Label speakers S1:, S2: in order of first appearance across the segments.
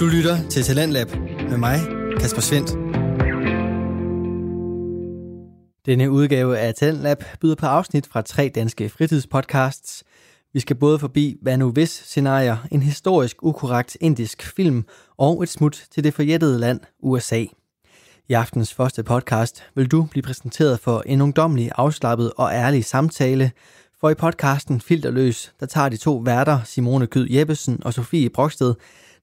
S1: Du lytter til Talentlab med mig, Kasper Svendt. Denne udgave af Talentlab byder på afsnit fra tre danske fritidspodcasts. Vi skal både forbi hvad nu hvis scenarier, en historisk ukorrekt indisk film og et smut til det forjættede land, USA. I aftens første podcast vil du blive præsenteret for en ungdomlig, afslappet og ærlig samtale, for i podcasten Filterløs, der tager de to værter, Simone Gyd Jeppesen og Sofie Broksted,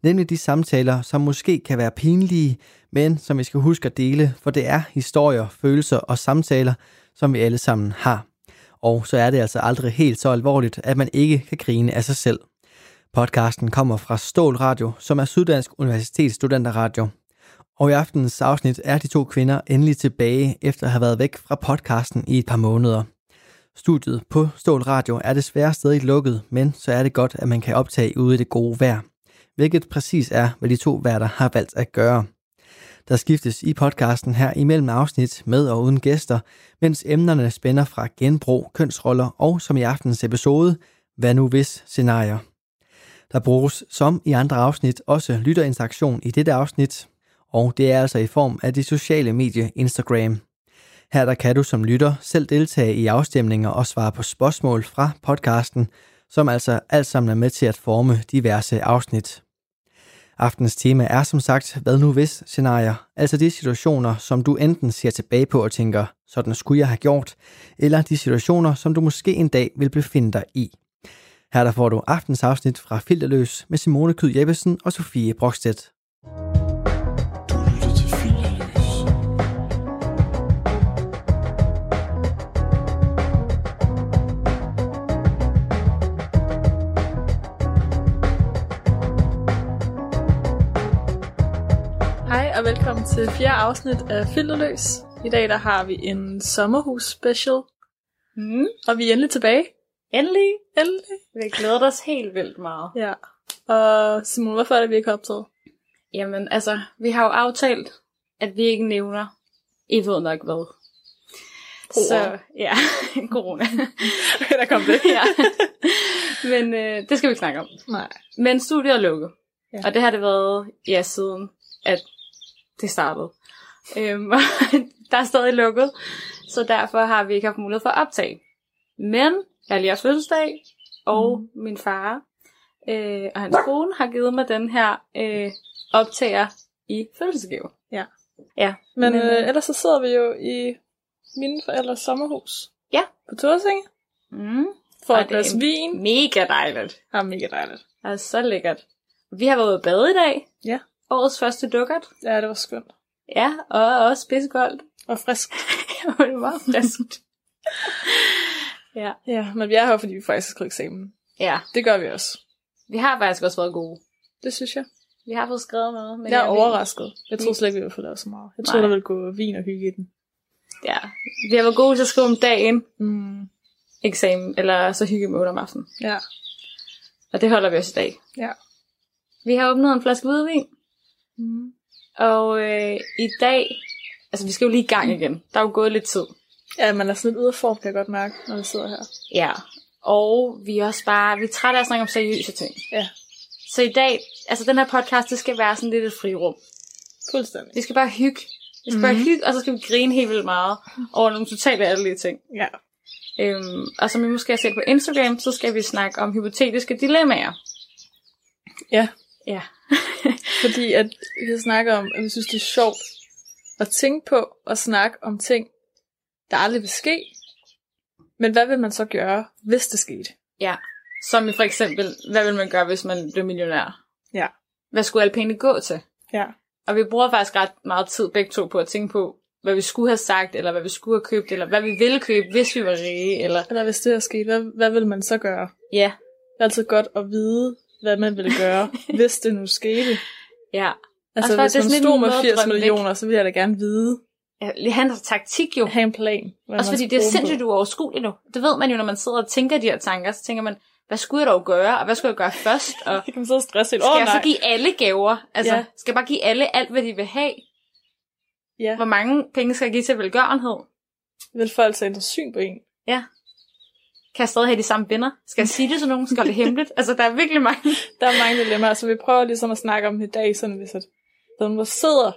S1: nemlig de samtaler, som måske kan være pinlige, men som vi skal huske at dele, for det er historier, følelser og samtaler, som vi alle sammen har. Og så er det altså aldrig helt så alvorligt, at man ikke kan grine af sig selv. Podcasten kommer fra Stål Radio, som er Syddansk Universitets studenterradio. Og i aftenens afsnit er de to kvinder endelig tilbage, efter at have været væk fra podcasten i et par måneder. Studiet på Stål Radio er desværre stadig lukket, men så er det godt, at man kan optage ude i det gode vejr. Hvilket præcis er, hvad de to værter har valgt at gøre. Der skiftes i podcasten her imellem afsnit med og uden gæster, mens emnerne spænder fra genbrug, kønsroller og, som i aftens episode, hvad nu hvis scenarier. Der bruges, som i andre afsnit, også lytterinteraktion i dette afsnit, og det er altså i form af det sociale medie Instagram. Her der kan du som lytter selv deltage i afstemninger og svare på spørgsmål fra podcasten, som altså alt sammen er med til at forme diverse afsnit. Aftens tema er som sagt, hvad nu hvis scenarier, altså de situationer, som du enten ser tilbage på og tænker, sådan skulle jeg have gjort, eller de situationer, som du måske en dag vil befinde dig i. Her der får du aftens afsnit fra Filterløs med Simone Kyd Jeppesen og Sofie Brokstedt.
S2: Du lytter til Filterløs.
S3: Hej og velkommen til fjerde afsnit af Filterløs. I dag der har vi en sommerhus special,
S4: Mm,
S3: og vi er endelig tilbage.
S4: endelig.
S3: Endelig.
S4: Vi har glædet os helt vildt meget.
S3: Ja. Og Simon, hvorfor er det, vi ikke har optaget?
S4: Jamen, altså, vi har jo aftalt, at vi ikke nævner, I ved nok hvad.
S3: Corona.
S4: Så, ja, corona.
S3: der kom det.
S4: ja. Men øh, det skal vi ikke snakke om.
S3: Nej.
S4: Men studiet er lukket.
S3: Ja.
S4: Ja. Og det har det været, ja, siden at det startede. Øhm, og der er stadig lukket, så derfor har vi ikke haft mulighed for at optage. Men jeg har lige haft fødselsdag, og mm. min far øh, og hans kone har givet mig den her øh, optager i fødselsgave.
S3: Ja.
S4: Ja,
S3: Men, Men
S4: Men,
S3: øh,
S4: øh,
S3: ellers så sidder vi jo i mine forældres sommerhus.
S4: Ja.
S3: På Torsinge.
S4: mm,
S3: For
S4: Og
S3: et
S4: det er
S3: glas
S4: en-
S3: vin.
S4: mega dejligt.
S3: Ja, mega dejligt.
S4: Altså, så lækkert. Vi har været ude at bade i dag.
S3: Ja.
S4: Årets første dukkert.
S3: Ja, det var skønt.
S4: Ja, og også pissekoldt.
S3: Og frisk.
S4: det var meget friskt. ja.
S3: Ja, men vi er her, fordi vi faktisk skal eksamen.
S4: ja,
S3: Det gør vi også.
S4: vi har faktisk også været gode.
S3: Det synes jeg.
S4: Vi har fået skrevet noget. Men
S3: jeg er
S4: ved-
S3: overrasket. Jeg troede slet ikke, vi ville få lavet så meget. Jeg troede,
S4: Nej.
S3: der ville gå vin og hygge i den.
S4: Ja, vi har været gode til at skrive om dagen
S3: Mm.
S4: eksamen, eller så hygge med om aftenen.
S3: Ja.
S4: Og det holder vi også i dag.
S3: Ja.
S4: Vi har åbnet en flaske hvidvin,
S3: Mm.
S4: og øh, i dag... Altså, vi skal jo lige i gang igen. Der er jo gået lidt tid.
S3: Ja, man er sådan lidt ude af form, kan jeg godt mærke, når vi sidder her.
S4: Ja. Og vi er også bare... Vi er trætte af at snakke om seriøse ting.
S3: Ja.
S4: Så i dag... Altså, den her podcast, det skal være sådan lidt et frirum.
S3: Fuldstændig.
S4: Vi skal bare hygge. Vi skal mm-hmm. bare hygge, og så skal vi grine helt vildt meget over nogle totalt ærlige ting.
S3: Ja.
S4: Øhm, og som I måske har set på Instagram, så skal vi snakke om hypotetiske dilemmaer.
S3: Ja,
S4: Ja.
S3: fordi at vi snakker om, at vi synes, det er sjovt at tænke på og snakke om ting, der aldrig vil ske. Men hvad vil man så gøre, hvis det skete?
S4: ja. Som i for eksempel, hvad vil man gøre, hvis man blev millionær?
S3: Ja.
S4: Hvad skulle alle pengene gå til?
S3: Ja.
S4: Og vi bruger faktisk ret meget tid begge to på at tænke på, hvad vi skulle have sagt, eller hvad vi skulle have købt, eller hvad vi ville købe, hvis vi var rige, eller
S3: Eller hvis det her skete, hvad, hvad vil man så gøre?
S4: ja,
S3: Det er altid godt at vide, hvad man ville gøre, hvis det nu skete.
S4: ja.
S3: Altså,
S4: tror jeg,
S3: hvis
S4: det er
S3: man
S4: sådan
S3: stod
S4: lidt en
S3: med
S4: måde at
S3: 80
S4: drømme væk.
S3: millioner, så ville jeg da gerne vide,
S4: ja hans taktik jo.
S3: have en plan. Hvad
S4: Også
S3: man skal
S4: fordi det er
S3: bruge dem
S4: sindssygt
S3: på.
S4: uoverskueligt nu. Det ved man jo, når man sidder og tænker de her tanker, så tænker man, hvad skulle jeg dog gøre, og hvad skulle jeg gøre først, og
S3: Det kan man sidde og stresse helt.
S4: skal
S3: Åh,
S4: jeg så
S3: nej.
S4: give alle gaver? Altså,
S3: Ja.
S4: ja. skal jeg bare give alle alt, hvad de vil have?
S3: Ja.
S4: Hvor mange penge skal jeg give til velgørenhed?
S3: Vil folk tage syn på en?
S4: Ja. Kan jeg stadig have de samme venner? Skal jeg sige det til nogen? Skal jeg holde det hemmeligt? Altså, der er virkelig mange.
S3: Der er mange dilemmaer, så vi prøver ligesom at snakke om dem i dag, sådan hvis at der er nogen, der sidder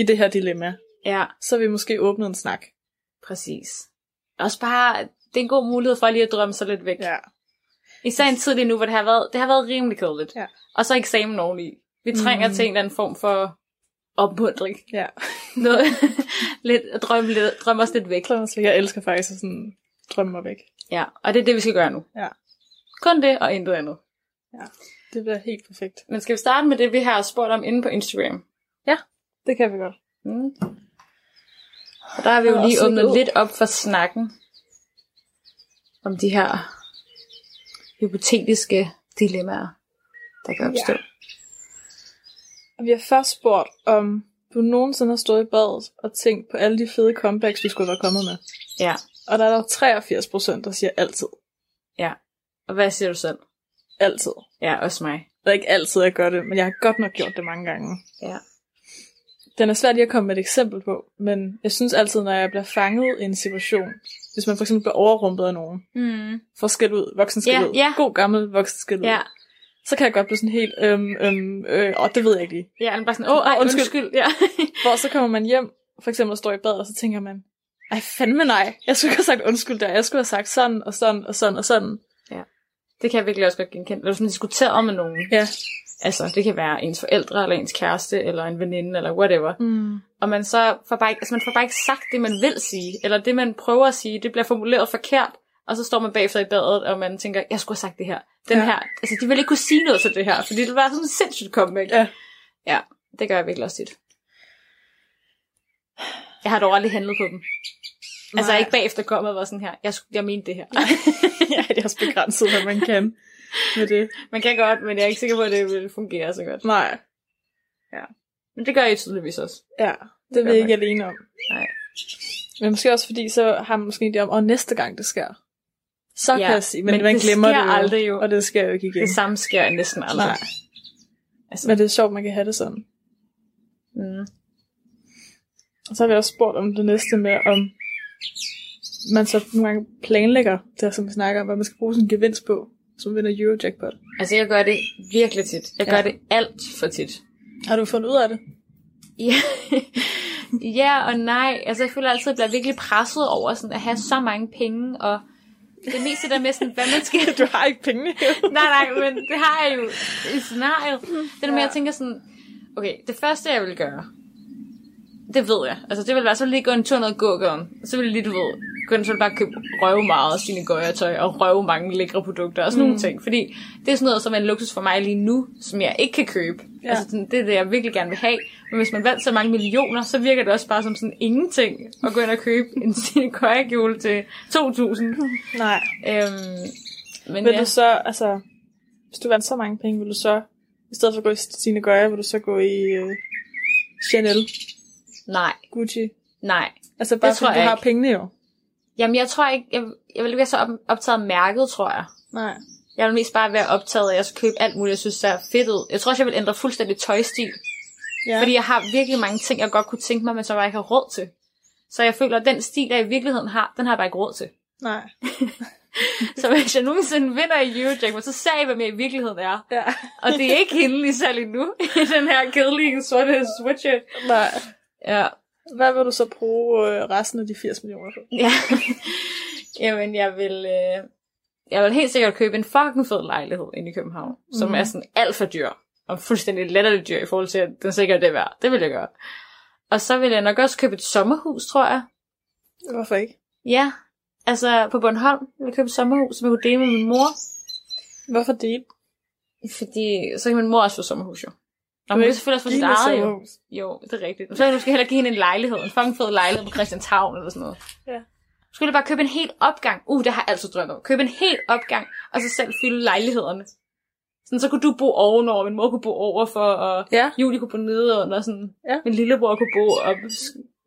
S3: i det her dilemma,
S4: Ja,
S3: så har vi måske åbnet en snak.
S4: præcis. Også bare, det er en god mulighed for lige at drømme sig lidt væk.
S3: Ja.
S4: Især en tid lige nu, hvor det har været, det har været rimelig kedeligt.
S3: Ja.
S4: Og så eksamen oveni. Vi trænger
S3: Mm.
S4: mm. til en eller anden form for opmundring.
S3: Ja.
S4: Noget, lidt, at drømme, lidt, drømme os lidt væk.
S3: Så jeg elsker faktisk at sådan drømme mig væk.
S4: Ja, og det er det, vi skal gøre nu.
S3: Ja.
S4: Kun det og intet andet.
S3: Det bliver helt perfekt.
S4: Men skal vi starte med det, vi har spurgt om inde på Instagram?
S3: Det kan vi godt.
S4: Mm. Og der har vi jo
S3: Jeg har
S4: lige
S3: også
S4: åbnet
S3: lukket ud.
S4: lidt op for snakken om de her hypotetiske dilemmaer, der kan opstå. Ja.
S3: Og Vi har først spurgt, om du nogensinde har stået i badet og tænkt på alle de fede comebacks, du skulle være kommet med.
S4: ja.
S3: Og der er der 83 procent, der siger altid.
S4: Og hvad siger du selv?
S3: Altid.
S4: Ja, også mig.
S3: Det er ikke altid, jeg gør det, men jeg har godt nok gjort det mange gange.
S4: Ja.
S3: Den er svært lige at komme med et eksempel på, men jeg synes altid, når jeg bliver fanget i en situation, hvis man for eksempel bliver overrumpet af nogen,
S4: Mm.
S3: får skæld ud, voksen skæld
S4: Ja,
S3: ud,
S4: ja.
S3: god gammel voksen skæld ud,
S4: Ja,
S3: så kan jeg godt blive sådan helt, øhm, øhm, øh, og det ved jeg ikke lige.
S4: ja, han er bare sådan, åh, ej,
S3: Undskyld.
S4: undskyld. undskyld. Ja.
S3: Hvor så kommer man hjem, for eksempel og står i badet, og så tænker man, ej fandme nej, jeg skulle ikke have sagt undskyld der, jeg skulle have sagt sådan og sådan og sådan og sådan.
S4: det kan jeg virkelig også godt genkende. Når du sådan diskuterer med nogen.
S3: Ja.
S4: Altså, det kan være ens forældre, eller ens kæreste, eller en veninde, eller whatever.
S3: Mm.
S4: Og man så får bare ikke, altså man får bare ikke sagt det, man vil sige, eller det, man prøver at sige, det bliver formuleret forkert, og så står man bagefter i badet, og man tænker, jeg skulle have sagt det her. Den
S3: Ja.
S4: ja. her, altså de vil ikke kunne sige noget til det her, fordi det var sådan en sindssygt comeback.
S3: Ja.
S4: ja, det gør jeg virkelig også tit. Jeg har dog aldrig handlet på dem. Nej. Altså jeg er ikke bagefter kommet og var sådan her, jeg, skulle- jeg mente det her.
S3: ja, det er også begrænset, hvad man kan med det.
S4: man kan godt, men jeg er ikke sikker på, at det vil fungere så godt.
S3: Nej,
S4: Men det gør jeg tydeligvis også.
S3: ja, det er vi
S4: Godt
S3: ikke alene om.
S4: Nej.
S3: Men måske også fordi, så har man måske en idé om, og næste gang det sker, så ja, kan jeg sige, men, men man
S4: det
S3: glemmer
S4: sker
S3: det jo,
S4: aldrig jo.
S3: og det sker jo ikke igen.
S4: Det samme sker næsten aldrig.
S3: Nej.
S4: Altså,
S3: Men det er sjovt, man kan have det sådan.
S4: mm.
S3: Og så har vi også spurgt om det næste med, om man så nogle gange planlægger det, som vi snakker om, hvad man skal bruge sin gevinst på, som vinder Eurojackpot.
S4: Altså, jeg gør det virkelig tit. Jeg
S3: Ja.
S4: gør det alt for tit.
S3: Har du fundet ud af det?
S4: Ja. ja og nej. Altså, jeg føler altid, at jeg bliver virkelig presset over sådan, at have så mange penge, og det meste der med sådan, hvad man skal...
S3: Du har ikke pengene jo.
S4: nej, nej, men det har jeg jo i scenariet. Det er, når
S3: Ja.
S4: jeg tænker sådan, okay, det første, jeg vil gøre, det ved jeg. Altså, det vil være, så vil jeg lige gå en tur ned og gå Så vil jeg lige, du ved, gå en tur og bare købe røve meget sine tøj og røve mange lækre produkter og sådan mm. nogle ting. Fordi det er sådan noget, som er en luksus for mig lige nu, som jeg ikke kan købe.
S3: Ja.
S4: Ja. Altså, sådan, det er det, jeg virkelig gerne vil have. Men hvis man vandt så mange millioner, så virker det også bare som sådan ingenting at gå ind og købe en sine kjole til 2.000.
S3: Nej.
S4: Øhm, men
S3: Vil
S4: ja.
S3: du så, altså, hvis du vandt så mange penge, vil du så, i stedet for at gå i Stine Gøje, vil du så gå i øh, Chanel,
S4: Nej,
S3: Gucci?
S4: nej.
S3: Altså bare
S4: Det tror
S3: fordi du
S4: jeg
S3: har
S4: ikke.
S3: pengene jo.
S4: Jamen, jeg tror ikke, jeg, jeg vil ikke være så op, optaget af mærket, tror jeg.
S3: Nej.
S4: Jeg vil mest bare være optaget af, at jeg skal købe alt muligt, jeg synes ser fedt ud. Jeg tror også, jeg vil ændre fuldstændig tøjstil.
S3: Ja.
S4: Fordi jeg har virkelig mange ting, jeg godt kunne tænke mig, men som jeg bare ikke har råd til. Så jeg føler, at den stil, jeg i virkeligheden har, den har jeg bare ikke råd til.
S3: Nej.
S4: Så hvis jeg nogensinde vinder i Eurojackpot, så ser jeg, hvem jeg i virkeligheden er.
S3: Ja.
S4: Og det er ikke hende lige særlig nu, i den her kedelige sorte sweatshirt.
S3: Nej.
S4: Ja,
S3: Hvad vil du så bruge øh, resten af de 80 millioner på?
S4: Ja. Jamen, jeg vil... Øh, jeg vil helt sikkert købe en fucking fed lejlighed inde i København, mm. som
S3: Mhm.
S4: er sådan alt for dyr, og fuldstændig latterligt dyr i forhold til, at den sikkert er værd. Det vil jeg gøre. Og så vil jeg nok også købe et sommerhus, tror jeg.
S3: Hvorfor ikke?
S4: Ja, altså på Bornholm vil jeg købe et sommerhus, som jeg kunne dele med min mor.
S3: Hvorfor dele?
S4: Fordi så kan min mor også få sommerhus, jo. Nå,
S3: Du
S4: hun
S3: vil
S4: kan selvfølgelig også få sit
S3: Dine
S4: eget, jo.
S3: sommerhus.
S4: Jo, det er rigtigt. Så kan du måske heller give hende en lejlighed. En fucking fed lejlighed på Christianshavn eller sådan noget.
S3: Ja.
S4: Så skulle du bare købe en hel opgang. Uh, det har jeg altid drømt om. Købe en hel opgang, og så selv fylde lejlighederne. Sådan, så kunne du bo ovenover, min mor kunne bo overfor, og
S3: Ja.
S4: Julie kunne bo nedenunder, og sådan,
S3: Ja.
S4: min lillebror kunne bo op.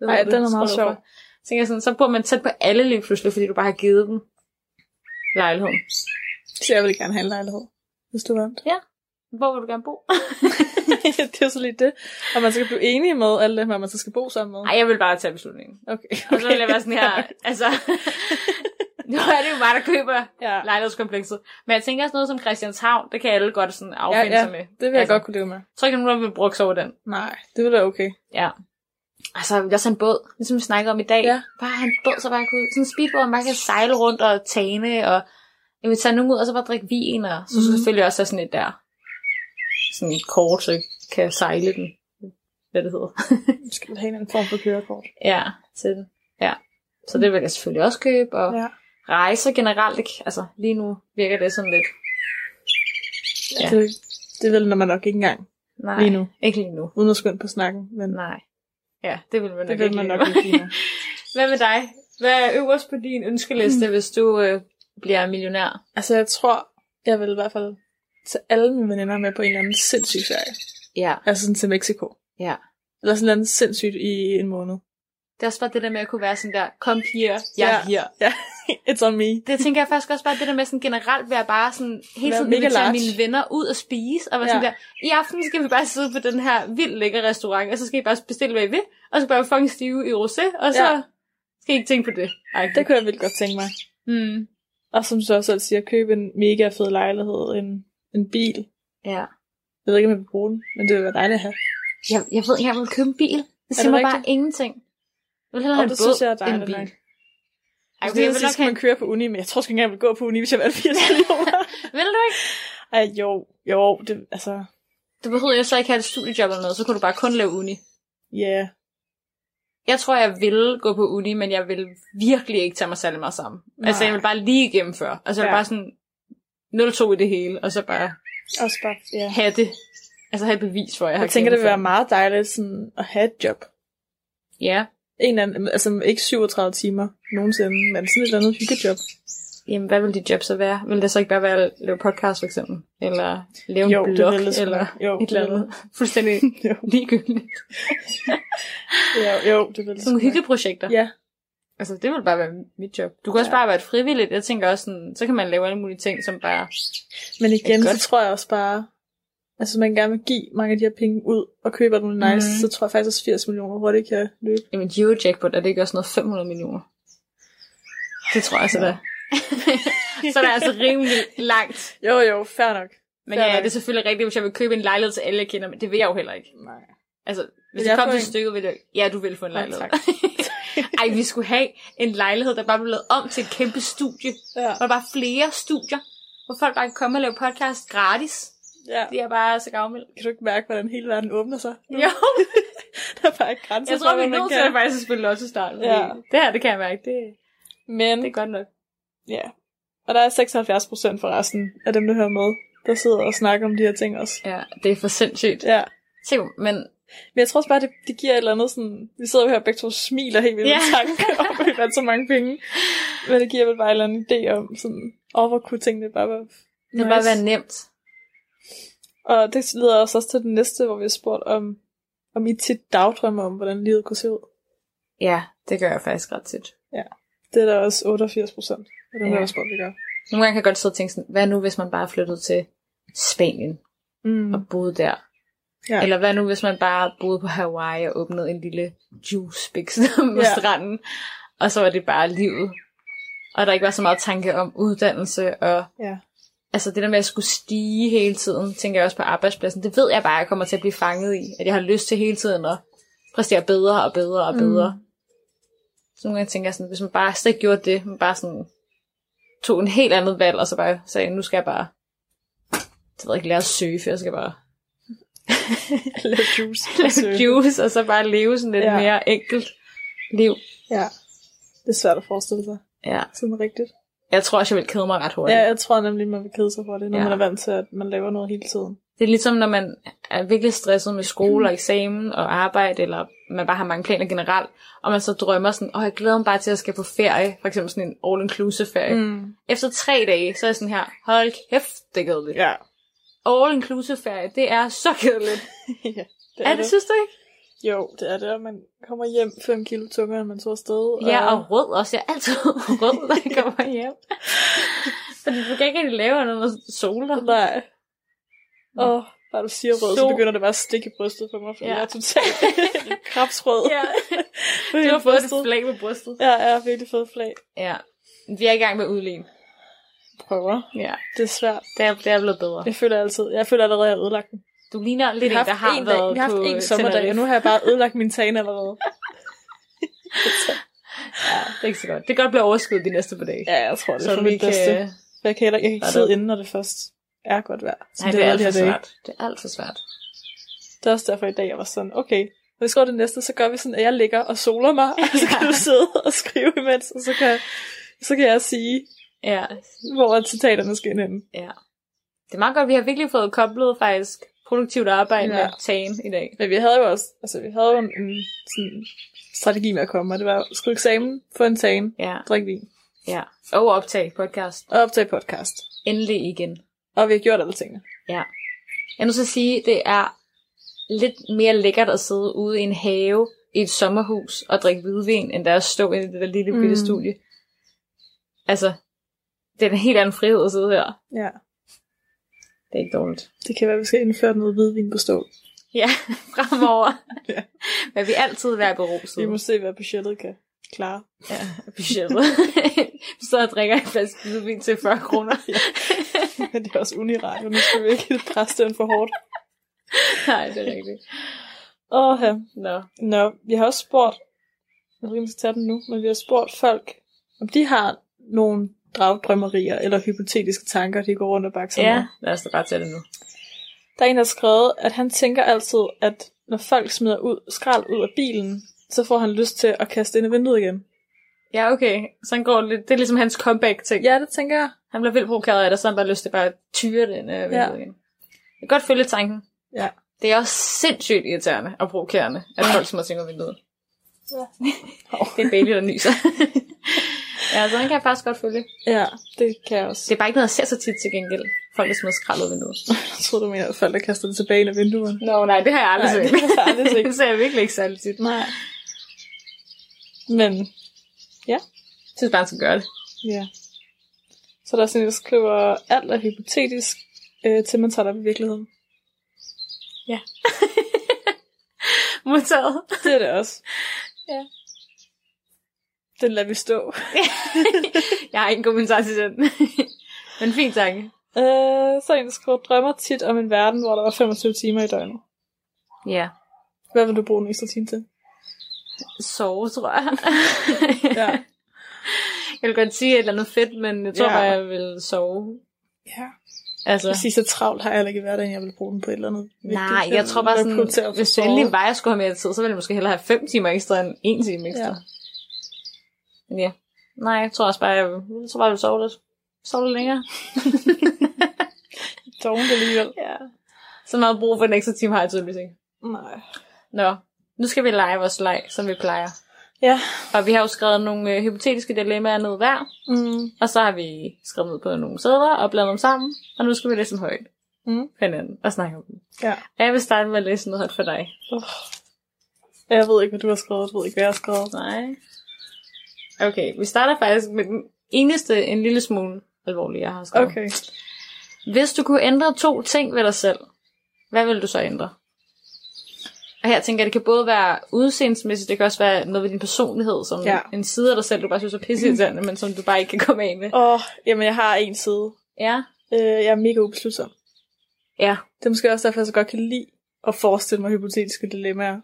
S3: Ej, den er meget sjov.
S4: Så tænker jeg sådan, så bor man tæt på alle lige pludselig, fordi du bare har givet dem lejligheden.
S3: Så jeg vil gerne have en lejlighed, hvis du vandt.
S4: Hvor vil du gerne bo?
S3: det er jo så lige det. Og man skal blive enige med alle dem, her, man så skal bo sammen med.
S4: Nej, jeg vil bare tage beslutningen.
S3: Okay.
S4: Og så ville jeg være sådan her, altså, Nu er det jo mig, der køber
S3: Ja,
S4: lejlighedskomplekset. Men jeg tænker også noget som Christianshavn, det kan alle godt sådan affinde
S3: Ja,
S4: ja,
S3: ja.
S4: ja. sig med.
S3: det vil jeg
S4: Altså.
S3: godt kunne leve med.
S4: Jeg tror ikke, der er nogen der vil bruge sig over den.
S3: Nej, det vil da okay.
S4: Ja. Altså, jeg vil også have en båd, ligesom vi snakkede om i dag.
S3: Ja.
S4: Bare have en båd, så bare kunne, sådan en speedbåd, man kan sejle rundt og tane, og jeg vil tage nogen ud og så bare drikke vin, og så
S3: Mhm.
S4: mm. selvfølgelig også have sådan et der, sådan et kort, så jeg kan sejle den, hvad det hedder.
S3: Du skal have en anden form for kørekort.
S4: Ja, til den. Ja. Så det vil jeg selvfølgelig også købe, og ja.
S3: Ja.
S4: rejser generelt, ikke? Altså, lige nu virker det sådan lidt.
S3: ja.
S4: Ja.
S3: Det, det vil man nok ikke engang
S4: Nej,
S3: lige nu.
S4: ikke lige nu.
S3: Uden at skynde på snakken, men Nej,
S4: Nej. Ja, det vil man nok
S3: det vil
S4: ikke
S3: man
S4: lige
S3: nok
S4: nu.
S3: ikke lige nu.
S4: Hvad med dig? Hvad er øverst på din ønskeliste, mm. hvis du øh, bliver millionær?
S3: Altså, jeg tror, jeg vil i hvert fald tage alle mine veninder med på en eller anden sindssyg serie.
S4: Ja,
S3: Altså sådan til Mexico.
S4: ja.
S3: Eller sådan en eller anden sindssygt i en måned.
S4: Det er også bare det der med at kunne være sådan der, kom piger, jeg
S3: Ja.
S4: er her.
S3: Ja, it's on me.
S4: Det tænker jeg faktisk også bare, det der med sådan generelt være bare sådan, hele
S3: Være
S4: tiden
S3: mega
S4: invitere
S3: large.
S4: mine venner ud og spise, og være ja. sådan
S3: Ja.
S4: der, i aften skal vi bare sidde på den her vildt lækre restaurant, og så skal I bare bestille, hvad I vil, og så bare fucking stive i rosé, og så
S3: Ja.
S4: ja. skal I ikke tænke på det. Ej,
S3: Det kunne jeg vildt godt tænke mig.
S4: mm.
S3: Og som så også selv siger, købe en mega fed lejlighed, en, en bil.
S4: Ja.
S3: Jeg ved ikke, om jeg vil bruge den, men det vil være dejligt at have.
S4: Jeg, jeg ved ikke, jeg vil købe en bil. Det siger
S3: det
S4: mig bare
S3: rigtigt?
S4: ingenting. Jeg vil hellere
S3: Og
S4: have en
S3: det
S4: båd,
S3: synes jeg er
S4: end en
S3: dejligt
S4: bil.
S3: nok.
S4: Ej,
S3: Altså,
S4: okay,
S3: det
S4: jeg
S3: er
S4: vil
S3: sådan,
S4: nok
S3: skal
S4: have...
S3: man kører på uni, men jeg tror sgu ikke engang, jeg vil gå på uni, hvis jeg vandt 80 millioner.
S4: Vil du ikke?
S3: Ej, jo, jo, det, altså,
S4: Du behøver jo så ikke have et studiejob eller noget, så kunne du bare kun lave uni.
S3: ja. Yeah.
S4: Jeg tror, jeg ville gå på uni, men jeg ville virkelig ikke tage mig særlig meget sammen. Nej. Altså,
S3: Nej.
S4: jeg ville bare lige gennemføre. Altså, jeg ville
S3: Ja.
S4: bare sådan 0-2 i det hele, og så bare
S3: Også bare, ja. Jeg,
S4: have det. Altså, have et bevis for, at jeg,
S3: jeg
S4: har
S3: tænker, det vil være
S4: gennemført.
S3: meget dejligt sådan, at have et job.
S4: Ja.
S3: En eller anden, altså ikke 37 timer nogensinde, men sådan et eller andet hyggejob.
S4: Jamen, hvad ville dit job så være? Ville det så ikke bare være at lave podcast, for eksempel? Eller lave en
S3: Jo, det
S4: blog,
S3: ville det sgu
S4: eller
S3: nok. Jo,
S4: et
S3: det
S4: eller
S3: ville
S4: andet? Fuldstændig
S3: Jo.
S4: ligegyldigt.
S3: Jo, jo det vil det. sgu
S4: Sådan
S3: nok.
S4: hyggeprojekter.
S3: Ja,
S4: Altså, det ville bare være mit job. Du kan også
S3: Ja.
S4: ja. bare arbejde frivilligt. Jeg tænker også sådan, så kan man lave alle mulige ting, som bare...
S3: men igen,
S4: Et
S3: så
S4: godt-
S3: tror jeg også bare, altså hvis man gerne vil give mange af de her penge ud, og købe nogle nice,
S4: Mhm.
S3: mm. så tror jeg faktisk også 80 millioner hurtigt kan løbe.
S4: Jamen, Eurojackpot, er det ikke også noget 500 millioner? Det tror jeg så da. så er det altså rimelig langt.
S3: Jo, jo, fair nok.
S4: Men
S3: Fair
S4: ja,
S3: nok.
S4: det er selvfølgelig rigtigt, hvis jeg vil købe en lejlighed til alle, jeg kender, men det vil jeg jo heller ikke.
S3: Nej.
S4: Altså,
S3: Vil
S4: hvis
S3: jeg
S4: det kom
S3: få
S4: til
S3: en?
S4: stykket, ville jeg... Ja, du vil få en
S3: Nej,
S4: lejlighed.
S3: tak.
S4: Ej, vi skulle have en lejlighed, der bare blev lavet om til et kæmpe studie.
S3: Ja,
S4: Hvor der var flere studier, hvor folk bare kan komme og lave podcast gratis.
S3: ja.
S4: Det er bare så gavmild.
S3: Kan du ikke mærke, hvordan hele verden åbner sig? Nu?
S4: Jo,
S3: Der er bare grænser
S4: Jeg tror,
S3: for,
S4: vi
S3: hvad
S4: er
S3: man
S4: nødt til
S3: kan.
S4: at faktisk at spille lotto start.
S3: Ja.
S4: Ja. Det her, det kan jeg mærke. Det,
S3: Men
S4: det er godt nok.
S3: Ja. Og der er 76 procent for resten af dem, der hører med, der sidder og snakker om de her ting også.
S4: Ja, det er for sindssygt.
S3: Ja.
S4: Tænk, men
S3: Men jeg tror også bare, det, det giver et eller andet sådan... Vi sidder jo her og begge to smiler helt vildt
S4: Ja.
S3: yeah. tanke om, at vi vandt så mange penge. Men det giver vel bare en eller anden idé om, sådan, over hvor kunne tingene bare være
S4: det nice. bare være nemt.
S3: Og det leder os også til den næste, hvor vi har spurgt om, om I tit dagdrømmer om, hvordan livet kunne se ud.
S4: Ja, det gør jeg faktisk ret tit.
S3: Det er der også 88 procent af dem, der
S4: Ja.
S3: har spurgt, vi gør.
S4: Nogle gange kan jeg godt sidde og tænke sådan, hvad nu, hvis man bare flyttede til Spanien
S3: Mm.
S4: og boede der?
S3: Ja.
S4: Ja. Eller hvad nu, hvis man bare boede på Hawaii og åbnede en lille juicebix på
S3: Ja.
S4: ja. stranden? Og så var det bare livet. Og der ikke var så meget tanke om uddannelse og
S3: Ja.
S4: altså det der med at skulle stige hele tiden, tænker jeg også på arbejdspladsen, det ved jeg bare, at jeg kommer til at blive fanget i. At jeg har lyst til hele tiden at præstere bedre og bedre og bedre. Mm. Så nogle gange tænker jeg sådan, hvis man bare slet ikke gjorde det, man bare sådan tog en helt andet valg, og så bare sagde, nu skal jeg bare, det ved jeg ikke, lære at surfe, jeg skal bare
S3: Lave juice.
S4: lave juice, og så bare leve sådan lidt
S3: Ja.
S4: ja. mere enkelt liv.
S3: Ja. Det er svært at forestille sig.
S4: Ja.
S3: Sådan rigtigt.
S4: Jeg tror også, jeg vil kede mig ret hurtigt.
S3: Ja, jeg tror nemlig, man vil kede sig for det, når ja.
S4: Ja.
S3: man er vant til, at man laver noget hele tiden.
S4: Det er ligesom, når man er virkelig stresset med skole og eksamen og arbejde, eller man bare har mange planer generelt, og man så drømmer sådan, åh, jeg glæder mig bare til, at jeg skal på ferie, for eksempel sådan en all-inclusive ferie. Mm. Efter tre dage, så er jeg sådan her, hold kæft, det er kedeligt.
S3: Ja.
S4: All-inclusive ferie, det er så kedeligt.
S3: ja. Det
S4: Er det, synes du ikke?
S3: Jo, det er det, og man kommer hjem 5 kilo tungere, end man tog afsted. Og...
S4: Ja, og rød også. Jeg er altid rød, når jeg kommer hjem. Fordi du kan ikke rigtig lave andet end at sole dig.
S3: Nej. Åh, oh, bare du siger rød, så
S4: Så-
S3: begynder det bare at stikke i brystet for mig, for ja.
S4: Ja.
S3: jeg er totalt krabsrød.
S4: Ja,
S3: på
S4: du
S3: hele
S4: har fået et
S3: brystet.
S4: flag på brystet.
S3: Ja, jeg har virkelig fået flag.
S4: Ja, Vi er i gang med at udligne.
S3: Prøver.
S4: Ja.
S3: Det er svært.
S4: Det er, det er blevet bedre.
S3: Jeg føler altid, jeg føler allerede, at jeg har ødelagt den.
S4: Du ligner lidt
S3: Vi har
S4: en, der
S3: haft
S4: har
S3: en, dag,
S4: været
S3: vi har haft
S4: på
S3: en sommerdag, og nu har jeg bare ødelagt min tan allerede.
S4: Ja, det er ikke så godt. Det kan godt blive overskud de næste par dage.
S3: Ja, jeg tror, det er
S4: så
S3: for
S4: vi
S3: mit bedste.
S4: kan...
S3: Jeg kan, heller, jeg kan ikke
S4: Hvad er
S3: sidde
S4: det?
S3: inde, når det først er godt vejr. som
S4: Nej, det er
S3: været
S4: alt for
S3: her dag.
S4: svært. Det er alt for svært.
S3: Det er også derfor i dag, jeg var sådan, okay, når vi skriver det næste, så gør vi sådan, at jeg ligger og soler mig, og så kan du sidde og skrive imens, og så kan, så kan jeg sige,
S4: Ja,
S3: hvor citaterne skal ind henne.
S4: ja. Det er meget godt, vi har virkelig fået koblet faktisk produktivt arbejde ja.
S3: Ja.
S4: med tagen i dag.
S3: Men vi havde jo også, altså vi havde jo en, en sådan, strategi med at komme, og det var jo, skrive eksamen, få en tan,
S4: Ja,
S3: drikke vin,
S4: ja. Og optag podcast.
S3: og optage podcast.
S4: Endelig igen.
S3: Og vi har gjort alle tingene.
S4: Ja. Jeg nu så sige, det er lidt mere lækkert at sidde ude i en have i et sommerhus og drikke hvidvin, end der at stå inde i det der lille bitte
S3: Mm.
S4: studie. Altså, det er en helt anden frihed at sidde her.
S3: Ja.
S4: Det er ikke dårligt.
S3: Det kan være, at vi skal indføre noget hvidvin på stål.
S4: Ja, fremover.
S3: Ja.
S4: Men vi altid være beruset.
S3: Vi må se, hvad budgettet kan klare.
S4: Ja, budgettet. vi sidder og drikker en flaske hvidvin til 40 kroner.
S3: Men det er også uniradio, nu skal vi ikke presse den for hårdt.
S4: Nej, det er rigtigt.
S3: Åh, ja.
S4: Nå.
S3: Nå, vi har også spurgt, jeg ved ikke, om vi skal tage den nu, men vi har spurgt folk, om de har nogle dragdrømmerier eller hypotetiske tanker, de går rundt og bakser med.
S4: Ja, lad os da bare tage det nu.
S3: Der er en, der har skrevet, at han tænker altid, at når folk smider ud, skrald ud af bilen, så får han lyst til at kaste ind i vinduet igen.
S4: Ja, okay. Sådan går det lidt. Det er ligesom hans comeback-ting.
S3: Ja, det tænker jeg.
S4: Han bliver vildt provokeret af det, så har han bare lyst til bare at tyre den øh, vinduet
S3: Ja.
S4: igen. Jeg kan godt følge tanken.
S3: Ja.
S4: Det er også sindssygt irriterende og provokerende, at folk smider ting ud af vinduet.
S3: Ja.
S4: Det er Bailey, der nyser. ja, så den kan jeg faktisk godt følge.
S3: Ja, det kan jeg også.
S4: Det er bare ikke noget, jeg ser så tit til gengæld. Folk, der smider skrald ud af vinduet.
S3: Jeg tror, du mener, at folk der kaster det tilbage ind i vinduerne.
S4: Nå, nej, det har jeg aldrig
S3: Nej,
S4: set.
S3: det har jeg aldrig set.
S4: det ser jeg virkelig ikke særlig tit.
S3: Nej. Men,
S4: Jeg synes bare, han skal gøre det.
S3: ja. Så er der er sådan en, der skriver, alt er hypotetisk, øh, til man tager det op i virkeligheden.
S4: Modtaget.
S3: Det er det også.
S4: Ja.
S3: Den lader vi stå.
S4: Jeg har ingen kommentar til den. Men fin tanke.
S3: Øh, så er en, der skriver, drømmer tit om en verden, hvor der var 25 timer i døgnet.
S4: Ja.
S3: Hvad vil du bruge den ekstra time til?
S4: Sove, tror jeg.
S3: Ja.
S4: Jeg vil godt sige et eller andet fedt, men jeg tror
S3: Ja.
S4: bare, jeg vil sove.
S3: ja.
S4: Altså,
S3: Præcis, så travlt har jeg heller ikke i hverdagen, jeg vil bruge den på et eller andet.
S4: nej, jeg tror bare sådan, hvis det endelig
S3: var...
S4: var, jeg skulle have mere tid, så ville jeg måske hellere have fem timer ekstra end en time ekstra. Ja.
S3: Ja.
S4: Men ja. Nej, jeg tror også bare, jeg, vil- jeg tror bare, jeg vil sove lidt. Sove lidt længere.
S3: Dovent alligevel.
S4: Ja. Så meget brug for den ekstra time har jeg tydeligvis ikke.
S3: Nej.
S4: Nå, nu skal vi lege vores leg, som vi plejer.
S3: Ja.
S4: Og vi har jo skrevet nogle øh, hypotetiske dilemmaer ned hver,
S3: Mm.
S4: og så har vi skrevet ned på nogle sædler og blandet dem sammen, og nu skal vi læse dem højt
S3: Mm.
S4: for hinanden og snakke om dem.
S3: Ja.
S4: Og jeg vil starte med at læse noget højt for dig.
S3: Oh. Jeg ved ikke, hvad du har skrevet, jeg ved ikke, hvad jeg har skrevet.
S4: Nej. Okay, vi starter faktisk med den eneste en lille smule alvorlig, jeg har skrevet.
S3: Okay.
S4: Hvis du kunne ændre to ting ved dig selv, hvad vil du så ændre? Og her tænker jeg, det kan både være udseendsmæssigt, det kan også være noget ved din personlighed, som ja.
S3: Ja.
S4: en side af dig selv, du bare synes er pisseirriterende, men som du bare ikke kan komme af med.
S3: Åh, oh, jamen jeg har en side.
S4: Ja.
S3: Øh, jeg er mega ubeslutsom.
S4: Ja.
S3: Det er måske også derfor, jeg så godt kan lide at forestille mig hypotetiske dilemmaer.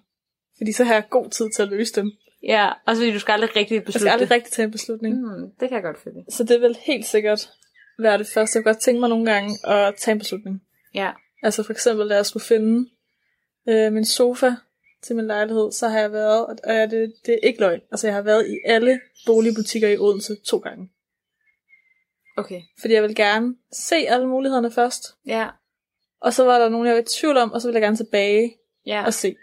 S3: Fordi så har jeg god tid til at løse dem.
S4: Ja, også fordi du skal aldrig rigtig
S3: Jeg
S4: beslutte
S3: skal aldrig
S4: det.
S3: rigtig tage en beslutning. Mm.
S4: Mm, det kan jeg godt finde.
S3: Så det vil helt sikkert være det første. Jeg kunne godt tænke mig nogle gange at tage en beslutning.
S4: Ja.
S3: Altså for eksempel, da jeg skulle finde øh, min sofa til min lejlighed, så har jeg været, og øh, det, det er ikke løgn, altså jeg har været i alle boligbutikker i Odense to gange.
S4: Okay.
S3: Fordi jeg vil gerne se alle mulighederne først.
S4: Ja.
S3: Og så var der nogen, jeg var i tvivl om, og så ville jeg gerne tilbage
S4: Ja.
S3: og se dem.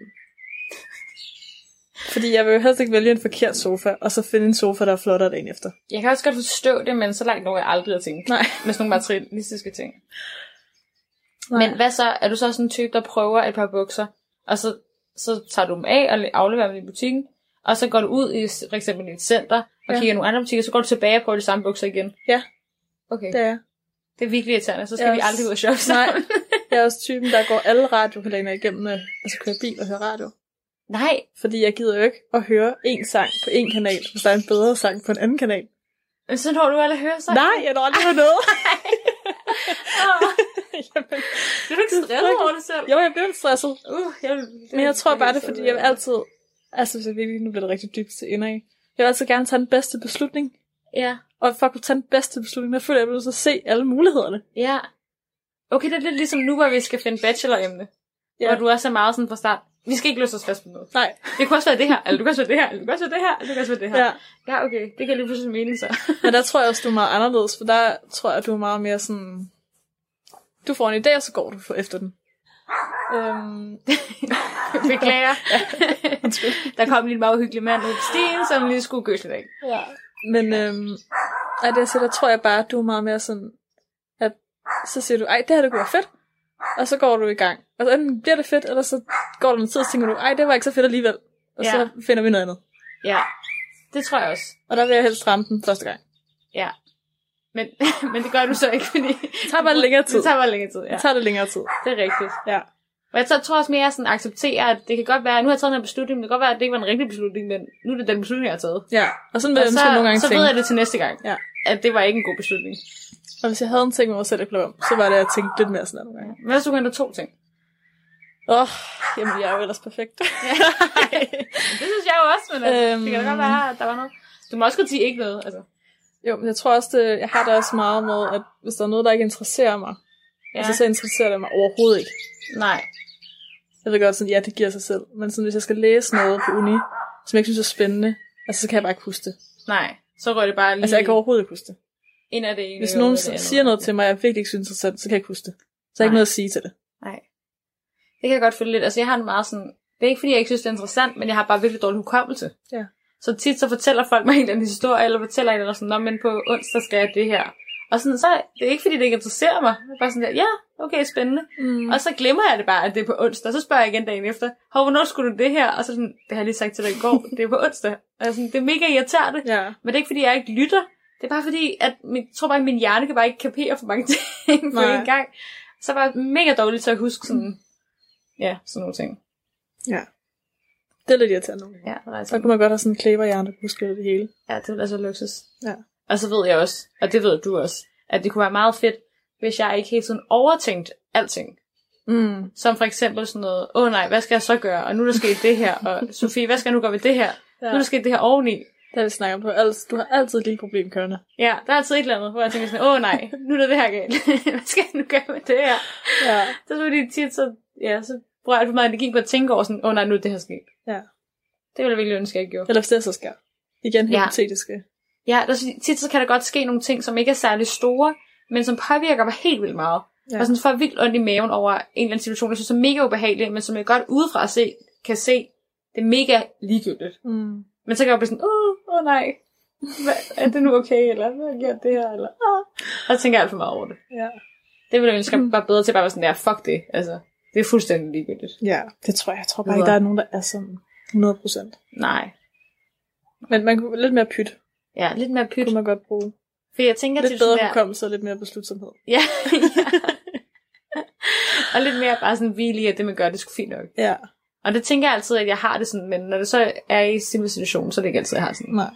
S3: Fordi jeg vil jo helst ikke vælge en forkert sofa, og så finde en sofa, der er flottere dagen efter.
S4: Jeg kan også godt forstå det, men så langt når jeg aldrig at tænke
S3: Nej.
S4: med sådan nogle materialistiske ting.
S3: Nej.
S4: Men hvad så? Er du så sådan en type, der prøver et par bukser, og så, så tager du dem af og le- afleverer dem i butikken, og så går du ud i s- for eksempel et center og ja.
S3: Ja.
S4: kigger i nogle andre butikker, så går du tilbage og prøver de samme bukser igen?
S3: Ja.
S4: Okay.
S3: Det er jeg.
S4: Det er virkelig irriterende, så skal
S3: Jeg
S4: vi
S3: er også-
S4: aldrig ud og shoppe sammen.
S3: Nej, jeg er også typen, der går alle radiokalender igennem, når jeg skal køre bil og høre radio.
S4: Nej.
S3: Fordi jeg gider jo ikke at høre én sang på én kanal, hvis der er en bedre sang på en anden kanal.
S4: Men sådan har du aldrig hørt sig.
S3: Nej, jeg har aldrig hørt noget. Jamen,
S4: Du er du ikke stresset over det selv?
S3: jo, jeg blev lidt stresset.
S4: Uh, jeg, det,
S3: Men jeg tror bare, det er, fordi jeg vil altid... Altså, hvis jeg virkelig... Nu bliver det rigtig dybt til ender i. Jeg vil altid gerne tage den bedste beslutning.
S4: Ja,
S3: Og for at kunne tage den bedste beslutning, der føler jeg, at jeg bliver nødt til at se alle mulighederne.
S4: ja. Okay, det er lidt ligesom nu, hvor vi skal finde bacheloremne. Ja.
S3: Ja.
S4: Hvor du også er meget sådan fra start. Vi skal ikke løse os fast på noget.
S3: Nej.
S4: Det kunne også være det her, eller du kan også være det her, eller du kan også være det her, eller du kan også være det her.
S3: Ja.
S4: ja okay. Det kan lige pludselig mening så.
S3: Men der tror jeg også, du er meget anderledes, for der tror jeg, du er meget mere sådan... Du får en idé, og så går du for- efter den. Øhm,
S4: Beklager. der kom lige en meget hyggelig mand ud på stien, som lige skulle gøs i dag.
S3: ja. Men øhm, ej, det, altså, der tror jeg bare, at du er meget mere sådan, at så siger du, ej, det her det kunne være fedt, og så går du i gang. Og så enten bliver det fedt, eller så går der noget tid, og så tænker du, ej, det var ikke så fedt alligevel, og ja. så finder vi noget andet.
S4: Ja, det tror jeg også.
S3: Og der vil jeg helst ramme den første gang.
S4: Ja. Men, men det gør du så ikke, fordi...
S3: Det tager bare lidt længere tid.
S4: Det tager bare længere tid, ja.
S3: Det tager det længere tid.
S4: Det er rigtigt.
S3: Ja.
S4: Og jeg tror, tror også mere, at jeg sådan accepterer, at det kan godt være, at nu har jeg taget den her beslutning, men det kan godt være, at det ikke var en rigtig beslutning, men nu er det den beslutning, jeg har taget.
S3: Ja, og sådan vil
S4: og
S3: jeg
S4: så,
S3: så, nogle gange
S4: så
S3: tænke.
S4: ved jeg det til næste gang,
S3: Ja.
S4: at det var ikke en god beslutning.
S3: Og hvis jeg havde en ting med mig selv, jeg blev om, så var det, at jeg tænkte lidt mere sådan her nogle gange.
S4: Men hvis du kan have to ting?
S3: Åh, oh, jamen jeg er jo ellers perfekt.
S4: Det synes jeg jo også, men altså, øhm... det kan da godt
S3: Øhm.
S4: være, at der var noget. Du må også kunne sige ikke noget, altså.
S3: jo, men jeg tror også, det, jeg har det også meget med, at hvis der er noget, der ikke interesserer mig, ja. altså, så interesserer det mig overhovedet ikke.
S4: Nej.
S3: Jeg ved godt, sådan, ja, det giver sig selv. Men sådan, hvis jeg skal læse noget på uni, som jeg ikke synes er spændende, altså, så kan jeg bare ikke huske det.
S4: Nej. Så rører det bare lige
S3: Altså, jeg kan overhovedet ikke huske det.
S4: ind af det ene.
S3: Hvis
S4: og ud
S3: nogen
S4: af det andet.
S3: siger noget til mig, jeg virkelig ikke synes er interessant, så kan jeg ikke huske det. Så er der
S4: Nej.
S3: ikke noget at sige til det.
S4: Nej. Det kan jeg godt føle lidt. Altså, jeg har det meget sådan... Det er ikke, fordi jeg ikke synes, det er interessant, men jeg har bare virkelig dårlig hukommelse.
S3: Ja.
S4: Så tit så fortæller folk mig en eller anden historie, eller fortæller en eller anden sådan, "Nå, men på onsdag skal jeg det her. Og sådan, så det er ikke, fordi det ikke interesserer mig. Det er bare sådan der, ja, okay, spændende.
S3: Mm.
S4: Og så glemmer jeg det bare, at det er på onsdag. Så spørger jeg igen dagen efter, hov, hvornår skulle du det her? Og så sådan, det har jeg lige sagt til dig i går, det er på onsdag. Og sådan, det er mega irriterende.
S3: Ja.
S4: Men det er ikke, fordi jeg ikke lytter. Det er bare fordi, at min, jeg tror bare, at min hjerne kan bare ikke kapere for mange ting på
S3: Nej.
S4: en gang. Så var jeg mega dårlig til at huske sådan, ja, sådan nogle ting.
S3: Ja. Det er lidt irriterende nogle gange.
S4: Ja, det er
S3: Så kunne man godt have sådan en klæberhjerne, der kunne huske det hele.
S4: ja, det ville altså være luksus.
S3: Ja.
S4: Og så ved jeg også, og det ved du også, at det kunne være meget fedt, hvis jeg ikke hele tiden overtænkte alting.
S3: Mm.
S4: Som for eksempel sådan noget, åh oh, nej, hvad skal jeg så gøre? Og nu er der sket det her, og Sofie, hvad skal jeg nu gøre ved det her?
S3: Ja.
S4: Ja. Nu er der sket det her oveni.
S3: Det har vi snakket om. Du har altid, du har altid et lille problem kørende.
S4: Ja, der er altid et eller andet, hvor jeg tænker sådan, åh oh, nej, nu er der det her galt. hvad skal jeg nu gøre med det her?
S3: Ja.
S4: så er det tit, så, ja, så bruger jeg alt for meget energi på at tænke over sådan, åh oh, nej, nu er det her sket.
S3: ja.
S4: Det ville jeg virkelig ønske, jeg ikke gjorde.
S3: Eller hvis det så sker. Igen
S4: Ja.
S3: hypotetiske.
S4: Ja, der, tit så kan der godt ske nogle ting, som ikke er særlig store, men som påvirker mig helt vildt meget. Ja.
S3: Ja.
S4: Og sådan får jeg vildt ondt i maven over en eller anden situation, jeg synes er mega ubehagelig, men som jeg godt udefra at se, kan se, det er mega ligegyldigt.
S3: Mm.
S4: Men så kan jeg blive sådan, åh, åh oh, nej, Hvad, er det nu okay, eller hvad har jeg gjort det her, eller åh. Og så tænker jeg alt for meget over det.
S3: Ah. Ja.
S4: Det ville jeg ønske, jeg var bedre til bare at være sådan der, fuck det, altså. Det er fuldstændig ligegyldigt.
S3: ja, det tror jeg. Jeg tror bare
S4: Videre.
S3: ikke, der er nogen, der er sådan 100
S4: Nej.
S3: Men man kunne lidt mere pyt,
S4: Ja, lidt mere pyt.
S3: kunne man godt bruge.
S4: For jeg tænker
S3: Lidt
S4: til
S3: bedre
S4: sådan der...
S3: hukommelse og lidt mere beslutsomhed.
S4: Ja. og lidt mere bare sådan hvile i, at det man gør, det er sgu fint nok.
S3: Ja,
S4: Og det tænker jeg altid, at jeg har det sådan, men når det så er i sin situation, så er det ikke altid, jeg har sådan.
S3: nej.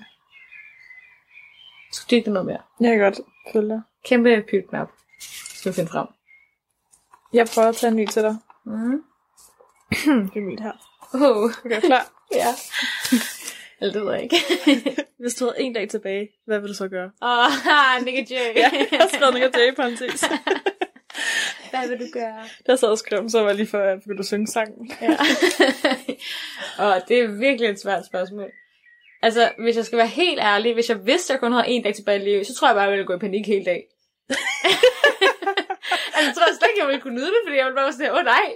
S4: Så skal dyrke det noget mere.
S3: Jeg kan godt følge dig.
S4: Kæmpe pytknap, skal vi finde frem.
S3: Jeg prøver at tage en ny til dig.
S4: Mm.
S3: Det er mit her.
S4: Uh,
S3: Okay, klar.
S4: ja. Eller det ved jeg ikke.
S3: Hvis du havde en dag tilbage, hvad ville du så gøre?
S4: Åh, oh, Nick J.
S3: Ja, jeg har skrevet noget til i parentes.
S4: Hvad vil du gøre?
S3: Der sad og skrev, så var jeg lige før, jeg begyndte at synge sangen.
S4: Ja. og det er virkelig et svært spørgsmål. Altså, hvis jeg skal være helt ærlig, hvis jeg vidste, at jeg kun havde en dag tilbage i livet, så tror jeg bare, at jeg ville gå i panik hele dag. altså, jeg tror slet ikke, jeg ville kunne nyde det, fordi jeg ville bare være sådan her, åh oh, nej,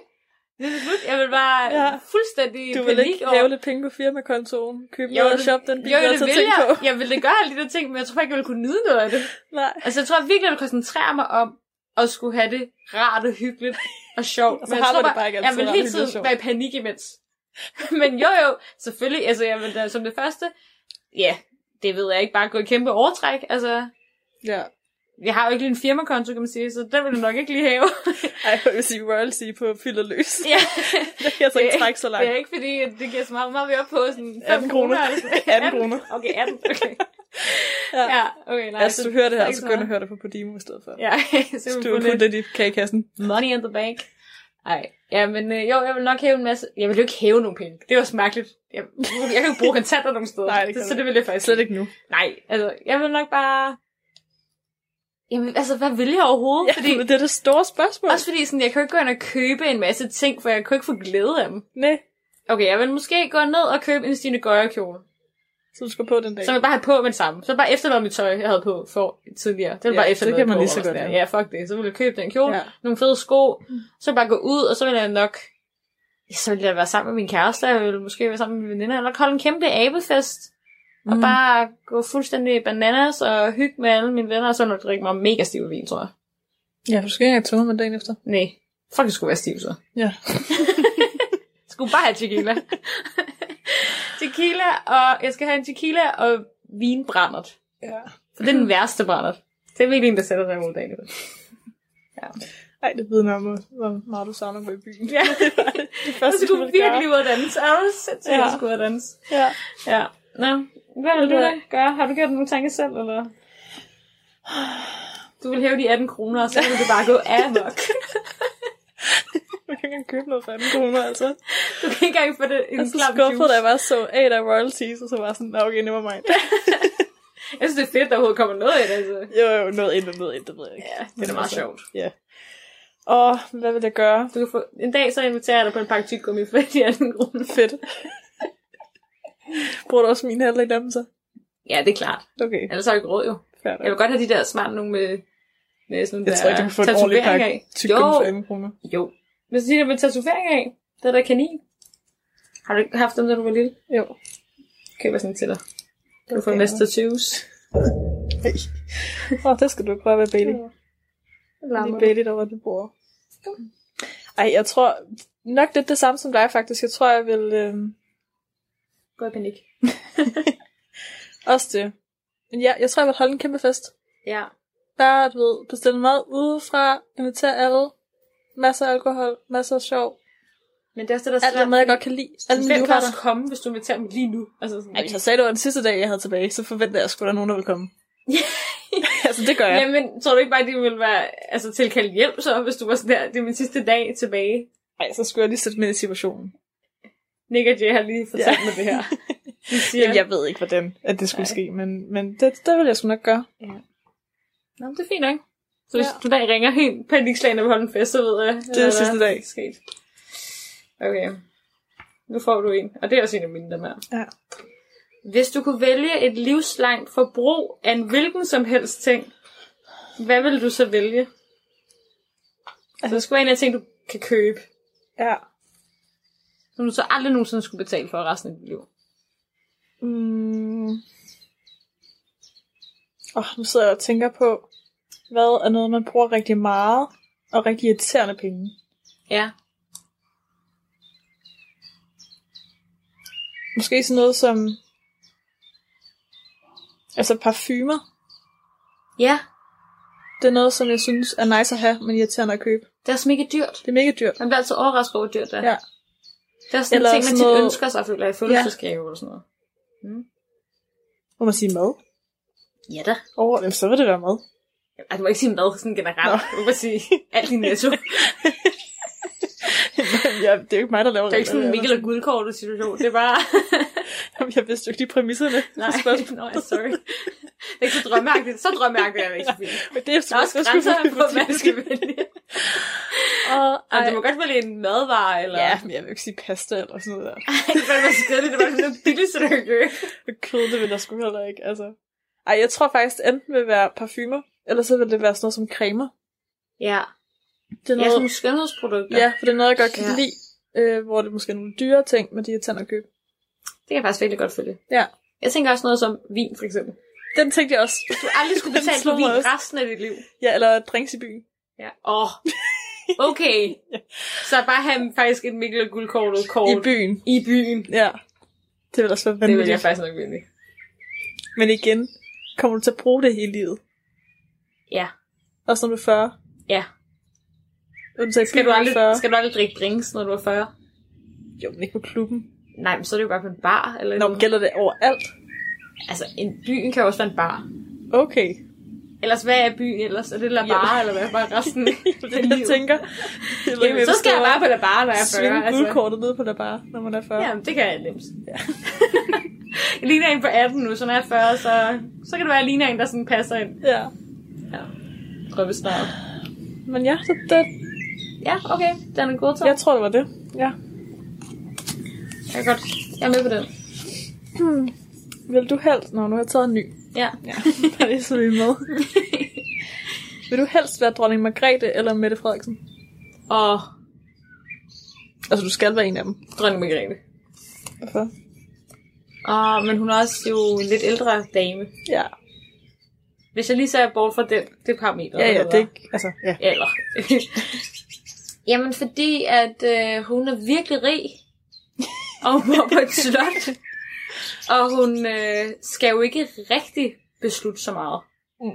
S4: det er slut. Jeg ville bare ja.
S3: Ja.
S4: fuldstændig i
S3: Du
S4: panik
S3: ville ikke
S4: over...
S3: hæve lidt penge på firmakontoen, købe
S4: Jo,
S3: noget og
S4: det-
S3: shoppe den bil,
S4: jo,
S3: du
S4: jo, det
S3: altid
S4: ville
S3: tænkt
S4: jeg.
S3: på.
S4: Jeg ville gøre alle de der ting, men jeg tror ikke, jeg ville kunne nyde noget af det.
S3: Nej.
S4: Altså, jeg tror virkelig, jeg ville koncentrere mig om at skulle have det rart og hyggeligt og sjovt.
S3: Og så
S4: Men jeg
S3: har
S4: tror
S3: man det bare ikke
S4: Jeg
S3: altid
S4: ville
S3: rart og
S4: hele
S3: hyggeligt og
S4: tiden
S3: sjovt.
S4: være i panik imens. Men jo jo, selvfølgelig. Altså, jeg ville da som det første, ja, det ved jeg ikke, bare gå i kæmpe overtræk. Altså,
S3: Ja.
S4: jeg har jo ikke lige en firmakonto, kan man sige, så den ville jeg nok ikke lige have.
S3: Ej, jeg vil sige royalty på fyld og løs.
S4: ja.
S3: Jeg kan altså ikke trække så langt.
S4: Det er ikke fordi, at det giver så meget. Hvor meget vi op på? Sådan altså. 5
S3: 18 kroner.
S4: kroner. eller sådan.
S3: 18 kroner.
S4: Okay, 18. Okay.
S3: Ja.
S4: Ja, okay, nej.
S3: Nej, altså, du hører det her,
S4: ikke
S3: så
S4: så
S3: gå ind og høre
S4: meget.
S3: det på Podimo i stedet for.
S4: Ja,
S3: Så du
S4: så vi får
S3: kun
S4: lidt
S3: det i kagekassen.
S4: money in the bank. Ej, ja, men øh, jo, jeg vil nok hæve en masse. Jeg vil jo ikke hæve nogen penge. Det er også mærkeligt. Jeg, jeg kan jo ikke bruge kontanter nogen steder.
S3: Nej, det kan
S4: så,
S3: du
S4: så det
S3: ikke.
S4: vil jeg faktisk
S3: Slet ikke nu.
S4: Nej, altså, jeg vil nok bare... Jamen, altså, hvad vil jeg overhovedet?
S3: Fordi... Det er det store spørgsmål.
S4: Også fordi, sådan, jeg kan jo ikke gå ind og købe en masse ting, for jeg kan jo ikke få glæde af dem.
S3: Nej,
S4: Okay, jeg vil måske gå ned og købe en Stine Gøjer kjole.
S3: så du skal på den dag.
S4: Så jeg bare have på med det samme. Så bare efterlade mit tøj, jeg havde på for tidligere. Det var
S3: Ja,
S4: bare
S3: det
S4: efterlade
S3: kan man
S4: på,
S3: lige så
S4: og sådan
S3: godt,
S4: der.
S3: ja.
S4: Ja, fuck det. Så ville jeg købe den kjole,
S3: Ja.
S4: ja. nogle fede sko. Så ville jeg bare gå ud, og så ville jeg nok... ja, Så ville jeg være sammen med min kæreste, og jeg ville måske være sammen med min veninder, eller holde en kæmpe abefest. Mm. Og bare gå fuldstændig bananas og hygge med alle mine venner, og så nok drikke mig mega stiv vin, tror jeg.
S3: Mm. Ja, du skal ikke engang tømme med dagen efter.
S4: Nej, fuck, jeg skulle være stiv så.
S3: Ja.
S4: Jeg skulle bare have tequila. tequila, og jeg skal have en tequila og vinbrændert.
S3: ja.
S4: For det er den værste brændert. Det er virkelig en, der sætter sig imod dagen.
S3: Ej, det vidner om, hvor- hvor meget du savner at gå i byen.
S4: Ja,
S3: Det
S4: jeg
S3: første,
S4: skulle
S3: du ville
S4: virkelig ud at danse. Er du sindssygt,
S3: Ja.
S4: jeg skulle ud at danse?
S3: gøre. Ja.
S4: Ja. Nå, hvad vil
S3: Ved
S4: du
S3: du
S4: da gøre? Har du gjort nogle tanker selv, eller? Du vil hæve de 18 kroner, og så vil du bare gå amok.
S3: Du kan ikke engang købe noget for 18 kroner, altså.
S4: Du kan ikke engang få det en
S3: Jeg er så
S4: slap
S3: skuffet, da
S4: juice.
S3: jeg bare så Ada Royalties, og så var sådan, "Nå, okay, never mind.
S4: Jeg synes, det er fedt, der overhovedet kommer noget i det. Altså.
S3: jo, jo, noget ind og noget ind, det ved jeg ikke.
S4: Ja, det er da meget
S3: Altså,
S4: sjovt.
S3: Ja. Og hvad vil jeg gøre?
S4: Du kan få, en dag så inviterer jeg dig på en pakke tyggegummi for de 18 kroner.
S3: Fedt. Bruger du også min halvdel af dem så?
S4: Ja, det er klart.
S3: Okay,
S4: Ellers har jeg ikke råd jo.
S3: færdig.
S4: Jeg vil godt have de der smarte nogle med, med sådan
S3: Jeg
S4: der
S3: tror ikke, du kan få en ordentlig
S4: tatoveringer
S3: pakke
S4: af.
S3: tyggegummi for
S4: Jo,
S3: 18 kroner.
S4: jo. Men så de der med tatoveringer af, det er der kanin. Har du ikke haft dem, da du var lille?
S3: Jo.
S4: Køber sådan til dig. Kan du få
S3: Okay.
S4: en master 20's?
S3: Hey. Åh, det skal du ikke prøve at være Bailey. Lige
S4: Lammer.
S3: Bailey, der var det bord. Ej, jeg tror nok lidt det samme som dig, faktisk. Jeg tror, jeg vil... Øhm,
S4: Gå i panik.
S3: også det. Men ja, jeg tror, jeg vil holde en kæmpe fest.
S4: Ja.
S3: Bare, du ved, bestille mad udefra, invitere alle. Masser af alkohol, masser af sjov.
S4: Men det er også det, der
S3: Alt det mad, jeg godt kan lide. Alle mine
S4: Hvem Altså, kan
S3: livretter.
S4: også komme, hvis du inviterer dem lige nu? Altså sådan,
S3: Ej, jeg sagde, det var den sidste dag, jeg havde tilbage, så forventer jeg sgu, der er nogen, der vil komme. altså, det gør jeg.
S4: Jamen, tror du ikke bare, at de ville være altså, tilkaldt hjælp så, hvis du var sådan der, det er min sidste dag tilbage?
S3: Nej, så skulle jeg lige sætte mig ind i situationen.
S4: Nick og Jay har lige fortalt
S3: Ja.
S4: mig det her. De siger,
S3: Jamen, jeg ved ikke, hvordan at det skulle
S4: Nej.
S3: ske, men, men det, det vil jeg sgu nok gøre.
S4: Nå, men det er fint, ikke? Så hvis
S3: Ja.
S4: ja. du dag ringer helt panikslagende og vil holde en fest, så ved jeg,
S3: Det er
S4: hvad
S3: sidste
S4: der
S3: dag.
S4: er Sket. Okay. Nu får du en. Og det er også en af mine, der er.
S3: Ja.
S4: Hvis du kunne vælge et livslangt forbrug af en hvilken som helst ting, hvad ville du så vælge? Altså, det skulle være en af ting, du kan købe,
S3: Ja.
S4: som du så aldrig nogensinde skulle betale for resten af dit liv.
S3: Mm. Oh, nu sidder jeg og tænker på, hvad er noget, man bruger rigtig meget og rigtig irriterende penge.
S4: Ja.
S3: Måske sådan noget som... Altså parfumer.
S4: Ja,
S3: Det er noget, som jeg synes er nice at have, men irriterende at købe.
S4: det er også mega dyrt.
S3: Det er mega dyrt.
S4: Man bliver altid overrasket over, hvor dyrt det er.
S3: Ja.
S4: Det er sådan
S3: Eller
S4: en ting, man
S3: sådan
S4: tit
S3: noget-
S4: ønsker sig, føler jeg, i fødselsdagsgave eller sådan noget.
S3: Må man sige mad?
S4: Ja da.
S3: Åh, oh, så vil det være mad.
S4: Ej, du må ikke sige mad sådan generelt.
S3: Nå.
S4: Du må bare sige alt i netto.
S3: ja, det er jo ikke mig, der laver
S4: Det er ikke sådan en Mikkel og guldkortet situation. Det er bare...
S3: Jamen, jeg vidste jo ikke de præmisserne.
S4: Nej, nej, sorry. Det er ikke så drømmeagtigt. Så drømmeagtigt er det ikke. Sofie.
S3: Men det er
S4: Der er også grænser på, hvad du skal vælge.
S3: Åh,
S4: Altså, du må godt vælge en madvare, eller...
S3: Ja, men jeg vil jo ikke sige pasta eller sådan noget der.
S4: Ej, det var skødligt. Det var sådan det billigste, du kan gøre.
S3: Og kød, det vil jeg sgu heller ikke, altså. Ej, jeg tror faktisk, enten vil være parfumer, eller så vil det være sådan noget som cremer.
S4: Ja.
S3: Det er
S4: Ja,
S3: noget,
S4: sådan nogle skønhedsprodukter.
S3: ja for det er noget, jeg godt kan
S4: Ja.
S3: lide. Øh, hvor det måske er nogle dyre ting, men de er tænder at købe.
S4: Det kan jeg faktisk virkelig godt følge.
S3: Ja.
S4: Jeg tænker også noget som vin, for eksempel.
S3: Den tænkte jeg også.
S4: Du aldrig skulle
S3: Den
S4: betale for
S3: slog mig
S4: vin
S3: også.
S4: resten af dit liv.
S3: Ja, eller drinks i byen.
S4: Ja. Åh. Oh. Okay. Så bare have faktisk et Mikkel og guldkortet kort.
S3: I byen.
S4: I byen.
S3: Ja. Det vil også være
S4: Det vil jeg
S3: vanvittigt.
S4: faktisk nok vælge.
S3: Men igen, kommer du til at bruge det hele livet?
S4: Ja.
S3: Også når du er 40?
S4: Ja.
S3: Undtagen
S4: Skal du,
S3: byen,
S4: aldrig,
S3: 40.
S4: skal du aldrig drikke drinks, når du er 40?
S3: Jo, men ikke på klubben.
S4: Nej, men så er det jo bare på en bar. Eller
S3: Nå, men gælder det overalt?
S4: Altså, en byen kan jo også være en bar.
S3: Okay.
S4: Ellers, hvad er byen ellers? Er det La Bar, eller hvad er bare resten af
S3: Det jeg tænker.
S4: Jamen, så skal jeg bare altså. på La Bar, når jeg er 40.
S3: svinge guldkortet ned på der bare, når man er 40.
S4: Jamen, det kan jeg nemt. jeg ligner en på 18 nu, så når jeg er 40, så, så kan det være, at jeg ligner en, der sådan passer ind.
S3: ja.
S4: Prøve snart.
S3: Men ja, så det,
S4: Ja, okay. Den er god til.
S3: jeg tror, det var det. Ja.
S4: Jeg er godt. Jeg er med på den.
S3: Vil du helst... Nå, nu har jeg taget en ny.
S4: Ja.
S3: Ja, der er det så vi er med. Vil du helst være dronning Margrethe eller Mette Frederiksen?
S4: Og
S3: Altså, du skal være en af dem.
S4: dronning Margrethe.
S3: Hvorfor?
S4: Og, Ah, men hun er også jo en lidt ældre dame.
S3: Ja.
S4: Hvis jeg lige ser bort fra den, det parameter.
S3: Ja, ja,
S4: eller
S3: det
S4: hvad?
S3: er ikke... Altså, ja.
S4: Eller. Jamen, fordi at øh, hun er virkelig rig, og hun bor på et slot, og hun øh, skal jo ikke rigtig beslutte så meget.
S3: Mm.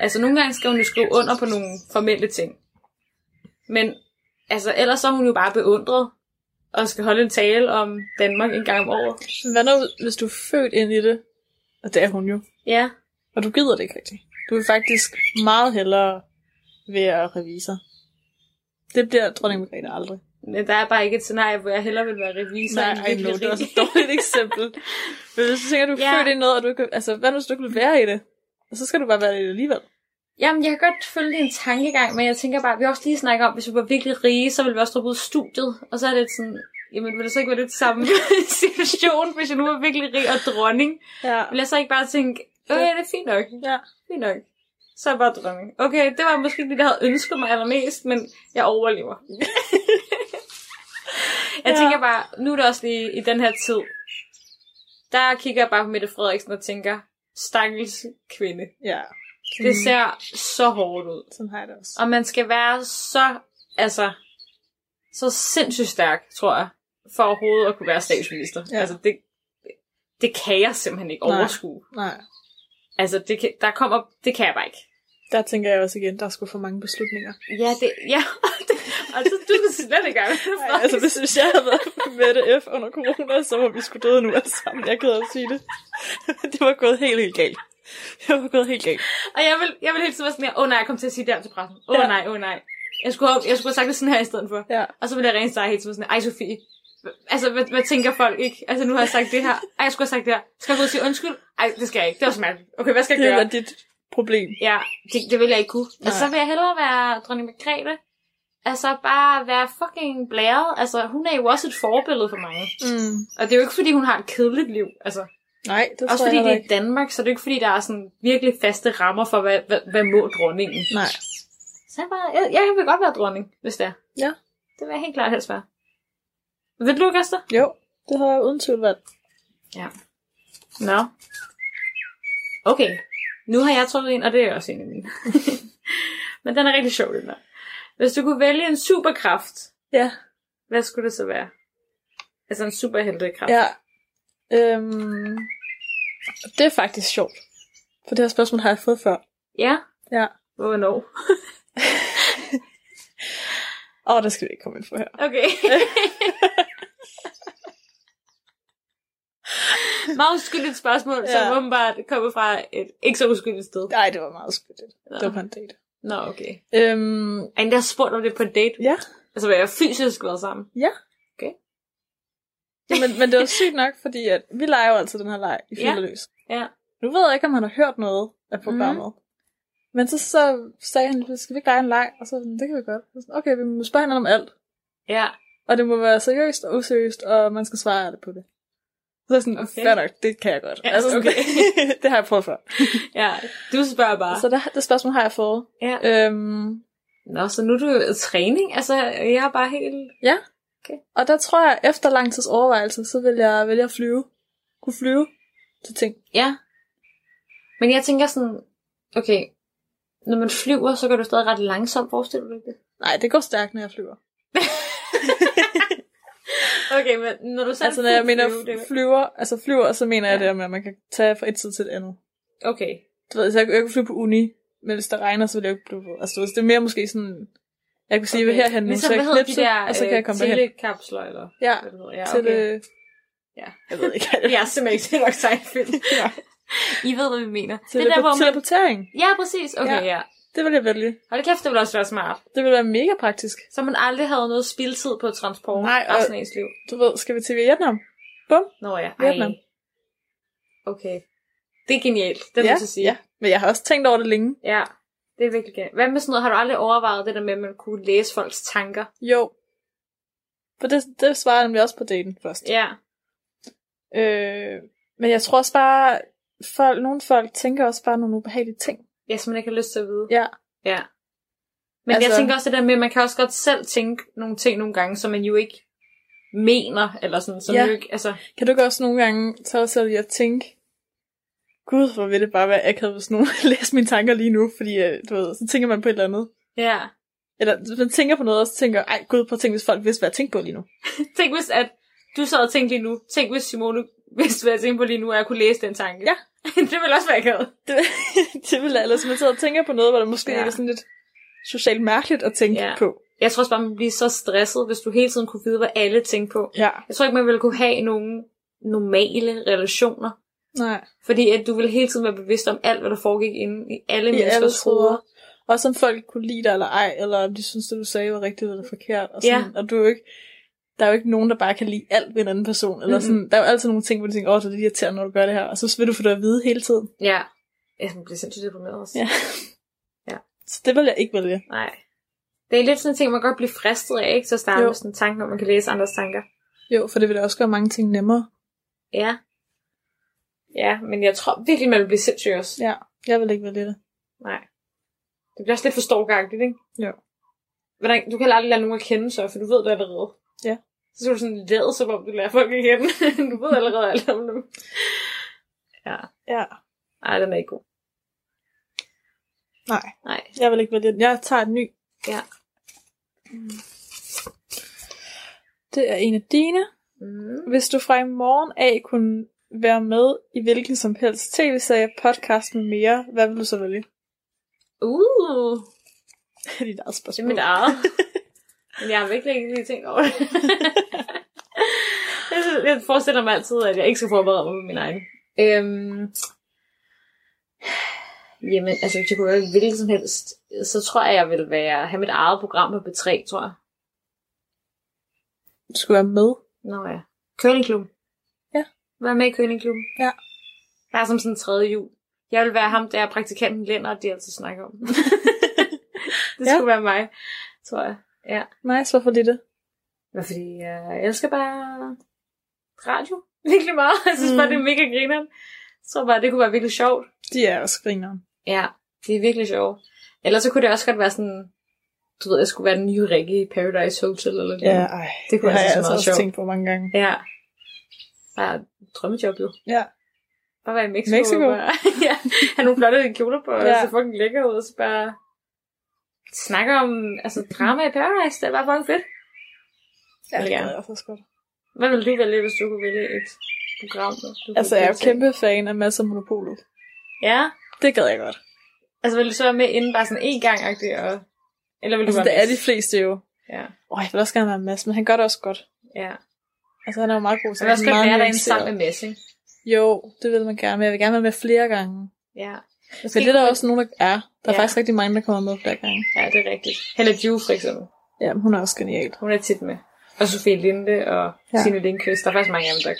S4: Altså, nogle gange skal hun jo skrive under på nogle formelle ting. Men altså, ellers så er hun jo bare beundret, og skal holde en tale om Danmark en gang om året.
S3: Hvad nu, hvis du er født ind i det? Og det er hun jo.
S4: Ja,
S3: Og du gider det ikke rigtigt. Du vil faktisk meget hellere være revisor. Det bliver dronning Margrethe aldrig.
S4: men der er bare ikke et scenarie, hvor jeg hellere vil være revisor. end
S3: Nej, I
S4: virkelig
S3: know, det er
S4: rig.
S3: også et dårligt eksempel. Men hvis du tænker, at du er
S4: Ja.
S3: født ind i noget, og du ikke... Altså, hvad nu, hvis du ikke vil være i det? Og så skal du bare være i det alligevel.
S4: Jamen, jeg kan godt følge din tankegang, men jeg tænker bare, vi har også lige snakket om, hvis vi var virkelig rige, så ville vi også droppe ud af studiet. Og så er det sådan, jamen, ville det så ikke være lidt samme situation, hvis jeg nu var virkelig rig og dronning?
S3: Ja.
S4: Ville jeg så ikke bare tænke, okay, det er fint nok,
S3: Ja.
S4: fint nok. Så er jeg bare dronning. Okay, det var måske ikke det, jeg havde ønsket mig allermest, men jeg overlever. jeg
S3: Ja.
S4: tænker bare, nu er det også lige i den her tid, der kigger jeg bare på Mette Frederiksen og tænker, stakkels kvinde.
S3: Ja.
S4: Det ser så hårdt ud.
S3: Sådan har jeg det også.
S4: Og man skal være så, altså, så sindssygt stærk, tror jeg, for overhovedet at kunne være statsminister.
S3: Ja.
S4: Ja. Altså, det, det kan jeg simpelthen ikke
S3: Nej.
S4: overskue.
S3: Nej.
S4: Altså, det kan, der kommer, det kan jeg bare ikke.
S3: Der tænker jeg også igen, der er sgu for mange beslutninger.
S4: Ja, det, ja, det, altså, du skal slet ikke
S3: Nej, altså
S4: gøre
S3: hvis, hvis jeg havde været med det F under corona, så var vi sgu døde nu alle sammen. Jeg gider at sige det. det var gået helt, helt galt. Det var gået helt galt.
S4: Og jeg vil, jeg vil hele tiden være sådan her, åh oh, nej, jeg kom til at sige det her til pressen. Åh oh,
S3: Ja.
S4: ja. nej, åh oh, nej. Jeg skulle, have, jeg skulle have sagt det sådan her i stedet for.
S3: Ja.
S4: Og så ville jeg rent starte hele tiden sådan, ej Sofie, hva- altså hvad, hvad, tænker folk ikke? Altså nu har jeg sagt det her, ej jeg skulle have sagt det her. Skal jeg gå ud og sige undskyld? Ej, det skal jeg ikke, det var smerteligt. Okay, hvad skal jeg
S3: Det
S4: gøre?
S3: var dit problem.
S4: Ja, det, det vil jeg ikke kunne.
S3: Nej.
S4: Altså, så vil jeg hellere være dronning Margrethe. Altså, bare være fucking blæret. Altså, hun er jo også et forbillede for mange.
S3: Mm.
S4: Og det er jo ikke, fordi hun har et kedeligt liv. Altså,
S3: Nej, det
S4: også
S3: tror
S4: fordi
S3: jeg
S4: det
S3: heller
S4: er i Danmark, så det er jo ikke, fordi der er sådan virkelig faste rammer for, hvad, hvad, hvad må dronningen.
S3: ikke. Nej.
S4: Så jeg, bare, jeg, jeg vil godt være dronning, hvis det er.
S3: Ja.
S4: Det vil jeg helt klart helst være. Vil du, Gæster?
S3: Jo, det havde jeg uden tvivl valgt.
S4: Ja. Nå. Okay. Nu har jeg trukket ind, og det er også en af mine. Men den er rigtig sjov, den der. Hvis du kunne vælge en superkraft,
S3: Ja.
S4: hvad skulle det så være? Altså en superheltekraft.
S3: Ja. Øhm, det er faktisk sjovt. For det her spørgsmål har jeg fået før.
S4: Ja?
S3: Ja.
S4: Hvornår?
S3: Åh, der skal vi ikke komme ind for her.
S4: Okay. Meget uskyldigt spørgsmål, ja. som
S3: Ja.
S4: åbenbart kommer fra et ikke så uskyldigt sted.
S3: Nej, det var meget skyldigt.
S4: Nå.
S3: Det var på en date.
S4: Nå, okay.
S3: Øhm,
S4: Er en, der har spurgt om det på en date?
S3: ja.
S4: Altså, hvad jeg fysisk været sammen?
S3: Ja.
S4: Okay.
S3: men, men det var sygt nok, fordi at vi leger jo altid den her leg i
S4: Ja.
S3: Fyldeløs.
S4: Ja.
S3: Nu ved jeg ikke, om han har hørt noget af programmet. Mm. Men så, så sagde han, skal vi ikke lege en leg? Og så var jeg sådan, det kan vi godt. Og Sådan, okay, vi må spørge hinanden om alt.
S4: Ja.
S3: Og det må være seriøst og useriøst, og man skal svare det på det. Så er jeg sådan, okay.
S4: Okay.
S3: fair nok, det kan jeg godt. Altså
S4: Ja,
S3: sådan,
S4: okay.
S3: det har jeg prøvet før.
S4: Ja, du spørger bare.
S3: Så det, det spørgsmål har jeg fået.
S4: Ja.
S3: Øhm,
S4: Nå, så nu er du jo i træning. Altså, jeg er bare helt...
S3: Og der tror jeg, efter lang tids overvejelse, så vil jeg vælge at flyve. Kunne flyve til ting.
S4: Ja. Men jeg tænker sådan... Okay, når man flyver, så går det stadig ret langsomt. Forestiller du dig det?
S3: Nej, det går stærkt, når jeg flyver.
S4: Okay, men når du selv
S3: altså, når jeg
S4: kunne
S3: mener
S4: flyve, det-
S3: flyver, altså flyver, så mener jeg
S4: Ja.
S3: det her med, at man kan tage fra et sted til et andet.
S4: Okay.
S3: Du ved, så jeg, jeg kunne flyve på uni, men hvis det regner, så ville jeg ikke blive ved. Altså, du ved, det er mere måske sådan, jeg kunne sige, okay. jeg vil herhen nu,
S4: ligesom,
S3: så jeg
S4: hvad hedder de
S3: knipser,
S4: der,
S3: og så kan jeg komme
S4: øh,
S3: derhen.
S4: telekapsler, eller
S3: Ja,
S4: hvad det hedder. Ja,
S3: til
S4: okay.
S3: øh,
S4: Ja.
S3: Jeg ved ikke.
S4: Jeg er simpelthen ikke til nok tegnefilm.
S3: ja.
S4: I ved, hvad vi mener. Det er der, hvor
S3: Telepor-
S4: man...
S3: teleportering.
S4: Ja, præcis. Okay,
S3: Ja.
S4: ja.
S3: Det ville jeg vælge.
S4: Hold da kæft, det ville også være smart.
S3: Det ville være mega praktisk.
S4: Så man aldrig havde noget spildtid på transport
S3: Nej, og-
S4: resten af ens liv.
S3: Du ved, skal vi til Vietnam? Bum.
S4: Nå ja,
S3: Vietnam.
S4: ej. Okay. Det er genialt, det er
S3: ja,
S4: ja, til at sige.
S3: Ja. Men jeg har også tænkt over det længe.
S4: ja. det er virkelig genialt. Hvad med sådan noget, har du aldrig overvejet det der med, at man kunne læse folks tanker?
S3: Jo. For det, det svarer jeg nemlig også på daten først.
S4: Ja,
S3: Øh, men jeg tror også bare, folk, nogle folk tænker også bare nogle ubehagelige ting.
S4: ja som man ikke har lyst til at vide.
S3: Ja.
S4: ja. Men altså... jeg
S3: Altså-
S4: tænker også det der med, at man kan også godt selv tænke nogle ting nogle gange, som man jo ikke mener, eller sådan, som
S3: Ja.
S4: ja. jo ikke, altså,
S3: Kan du ikke også nogle gange tage dig selv i at tænke, gud, hvor vil det bare være akavet, hvis nogen læser mine tanker lige nu, fordi øh, du ved, så tænker man på et eller andet.
S4: ja.
S3: Eller hvis man tænker på noget, og så tænker, ej gud, prøv at tænke, hvis folk vidste, hvad jeg tænkte på lige nu.
S4: Tænk hvis, at du sad og tænkte lige nu, tænk hvis Simone vidste, hvad jeg tænkte på lige nu, og jeg kunne læse den tanke.
S3: Ja.
S4: det ville også være akavet.
S3: Det, det ville eller hvis man sidder og tænker på noget, hvor det måske
S4: Ja.
S3: ja. er sådan lidt socialt mærkeligt at tænke
S4: Ja.
S3: ja. på.
S4: Jeg tror også bare, man bliver så stresset, hvis du hele tiden kunne vide, hvad alle tænkte på.
S3: Ja.
S4: Jeg tror ikke, man ville kunne have nogen normale relationer.
S3: Nej.
S4: Fordi at du ville hele tiden være bevidst om alt, hvad der foregik inde i alle I menneskers
S3: alles
S4: hoveder.
S3: Også om folk kunne lide dig eller ej, eller om de synes, det du sagde var rigtigt eller forkert. Og, sådan. og du er jo ikke, der er jo ikke nogen, der bare kan lide alt ved en anden person. Eller sådan, Der er jo altid nogle ting, hvor du tænker, åh, det er lidt irriterende, når du gør det her. Og så vil du få det at vide hele tiden.
S4: Ja. Jeg bliver sindssygt deprimeret også.
S3: Ja.
S4: Ja.
S3: Så det vil jeg ikke vælge.
S4: Nej. Det er lidt sådan en ting, man godt bliver fristet af, ikke? Så starter
S3: Jo.
S4: med sådan en tanke, om man kan læse andres tanker.
S3: Jo, for det vil også gøre mange ting nemmere.
S4: Ja. Ja, men jeg tror virkelig, man vil blive sindssyg også.
S3: Ja, jeg vil ikke vælge det.
S4: Nej. Det bliver også lidt for storgagtigt, ikke?
S3: Jo.
S4: Hvordan, du kan aldrig lade nogen at kende så, for du ved det allerede.
S3: Ja.
S4: Så skal du sådan lade, som om du lærer folk at kende. du ved allerede alt om dem. Ja.
S3: Ja,
S4: Ej, den er ikke god.
S3: nej,
S4: Nej.
S3: jeg vil ikke vælge det. Jeg tager en ny.
S4: Ja.
S3: Mm. Det er en af dine.
S4: Mm.
S3: Hvis du fra i morgen af kunne være med i hvilken som helst tv-serie, podcast med mere, hvad vil du så vælge?
S4: Uh,
S3: Det er dit eget
S4: det er
S3: spørgsmål.
S4: mit eget. Men jeg har virkelig ikke lige tænkt over det. jeg, synes- jeg forestiller mig altid, at jeg ikke skal forberede mig på min egen. Øhm, jamen, altså, hvis jeg kunne være hvilken som helst, så tror jeg, jeg ville være, have mit eget program på B3, tror jeg.
S3: Du skulle være med.
S4: Nå ja. Køllingklubben.
S3: Ja.
S4: Vær med i Køllingklubben.
S3: Ja.
S4: Bare som sådan en tredje jul. Jeg vil være ham der praktikanten Lennart, de altid snakker om. det
S3: Ja.
S4: skulle være mig, tror jeg.
S3: Nice, hvorfor lige det?
S4: Men fordi øh, jeg elsker bare radio virkelig meget. Jeg synes bare,
S3: Mm.
S4: det er mega grineren. Jeg tror bare, det kunne være virkelig sjovt.
S3: De er også grineren.
S4: Ja, det er virkelig sjovt. Ellers så kunne det også godt være sådan, du ved, jeg skulle være den nye Rikke i Paradise Hotel eller noget.
S3: ej.
S4: det kunne
S3: Det har
S4: jeg
S3: jeg
S4: synes
S3: altså
S4: er meget
S3: også
S4: sjovt.
S3: tænkt på mange gange.
S4: Ja. Bare et drømmejob jo.
S3: Ja.
S4: Bare være i Mexico.
S3: Mexico.
S4: og Bare, ja, have nogle flotte kjoler på, ja. og
S3: Ja.
S4: se fucking lækker ud, og så bare snakke om altså, drama i Paradise. Det er bare fucking fedt.
S3: Ja, det
S4: Ja.
S3: gad jeg også godt.
S4: Hvad ville du vælge, hvis du kunne vælge et program? Du kunne
S3: Altså, jeg er jo
S4: deltage i?
S3: kæmpe fan af masser af monopolet.
S4: Ja.
S3: Det gad jeg godt.
S4: Altså, ville du så være med inden bare sådan én gang, agtig, og... Eller ville du
S3: Altså,
S4: være
S3: det er
S4: med?
S3: de fleste jo.
S4: Ja,
S3: Åh, jeg vil også gerne være med, men han gør det også godt.
S4: ja.
S3: Altså, han er jo meget god.
S4: Så vil også godt være derinde
S3: nuanceret.
S4: sammen med Mads, ikke?
S3: Jo, det vil man gerne, men jeg vil gerne være med flere gange.
S4: Ja.
S3: Men det er der også nogen, der er. Der er
S4: Ja.
S3: ja. faktisk rigtig mange, der kommer med flere gange.
S4: Ja, det er rigtigt. Hella Juve, for eksempel.
S3: Ja, hun er også genial.
S4: Hun er tit med. Og Sofie Linde og ja.
S3: Ja.
S4: Signe Lindqvist. Der er faktisk mange af dem, der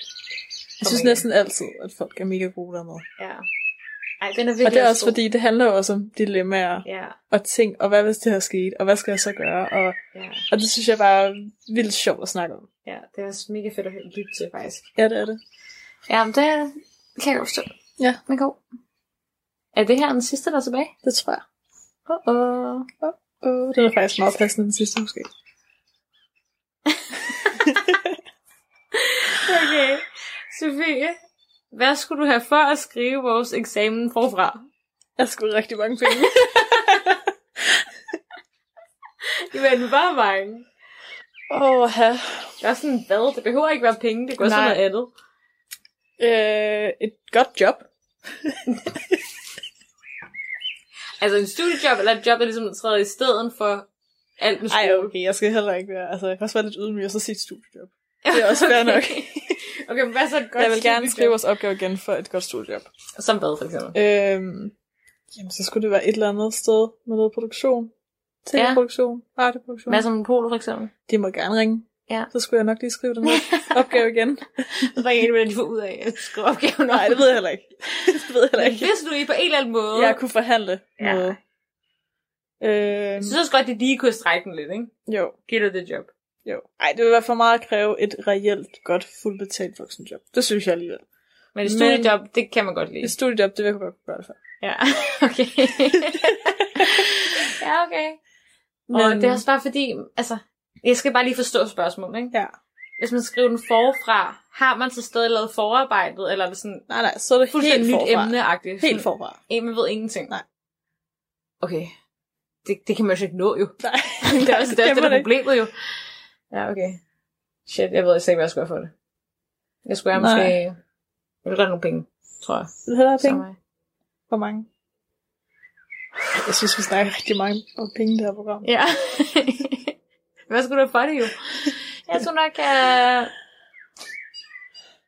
S3: Jeg synes
S4: med.
S3: næsten altid, at folk er mega gode dernede.
S4: Ja. Ej, den er
S3: Og det
S4: virkelig
S3: er også fordi, det handler jo også om dilemmaer
S4: Ja,
S3: og ting, og hvad hvis det her sket, og hvad skal jeg så gøre, og,
S4: ja,
S3: og det synes jeg bare er vildt sjovt at snakke om.
S4: ja. Det er også mega fedt at lytte til, faktisk.
S3: Ja, det er det.
S4: Ja, men det kan jeg godt forstå.
S3: Ja.
S4: Men god. Er det her den sidste, der er tilbage?
S3: Det tror jeg.
S4: Åh, oh, oh.
S3: Åh, den er faktisk meget passende den sidste måske.
S4: Okay. Sofie, hvad skulle du have for at skrive vores eksamen forfra?
S3: Jeg skulle rigtig mange penge.
S4: Jamen, hvor mange?
S3: Åh, oh, ha.
S4: Det er også sådan, hvad? Det behøver ikke være penge, det går sådan
S3: Nej.
S4: noget andet.
S3: Øh, et godt job.
S4: Altså en studiejob eller et job, der ligesom træder i stedet for alt med
S3: Ej,
S4: skole.
S3: okay, jeg skal heller ikke være... Altså, jeg kan også være lidt ydmyg og så sige et studiejob. Det er også fair nok.
S4: okay, men hvad så et godt
S3: Jeg vil gerne
S4: studiejob?
S3: skrive vores opgave igen for et godt studiejob.
S4: Som hvad, for eksempel?
S3: Øhm, jamen, så skulle det være et eller andet sted med noget produktion. TV-produktion, radioproduktion.
S4: Hvad som Polo, for eksempel?
S3: De må gerne ringe.
S4: Ja.
S3: Så skulle jeg nok lige skrive den her opgave igen.
S4: Hvad er egentlig, de får ud af at skrive opgaven
S3: Nej, det ved jeg heller ikke. det ved jeg heller
S4: Men
S3: ikke.
S4: hvis du i på en eller anden måde...
S3: Jeg kunne forhandle
S4: Ja.
S3: noget. Øhm,
S4: Jeg synes også godt, at de lige kunne strække den lidt, ikke?
S3: jo,
S4: Giv dig det job.
S3: jo. Ej, det vil være for meget at kræve et reelt godt fuldbetalt voksenjob. Det synes jeg alligevel.
S4: Men
S3: Men-
S4: et studiejob, det kan man godt lide.
S3: Et studiejob, det vil jeg godt kunne gøre det for.
S4: Ja, okay. ja, okay. Men
S3: Men-
S4: og det er også bare fordi, altså, jeg skal bare lige forstå spørgsmålet, ikke?
S3: Ja.
S4: Hvis man skriver den forfra, har man så stadig lavet forarbejdet, eller er det sådan
S3: Nej, nej, så er det
S4: fuldstændig
S3: helt
S4: nyt
S3: forfra.
S4: emneagtigt?
S3: Helt forfra.
S4: En, man ved ingenting.
S3: Nej.
S4: Okay. Det, det kan man jo slet ikke nå, jo.
S3: Nej,
S4: Det er også det, er
S3: kan
S4: også det,
S3: man
S4: der er
S3: ikke.
S4: problemet, jo. Ja, okay. Shit, jeg ved ikke, hvad jeg skulle have for det. Jeg skulle have
S3: Nej.
S4: måske... Jeg vil godt have nogle penge, tror jeg.
S3: Vil du hellere have
S4: Som
S3: penge?
S4: mig.
S3: Hvor mange? Jeg synes, vi snakker rigtig mange om penge i det her program.
S4: Ja. Hvad skulle du have for det, jo? Jeg tror nok, øh...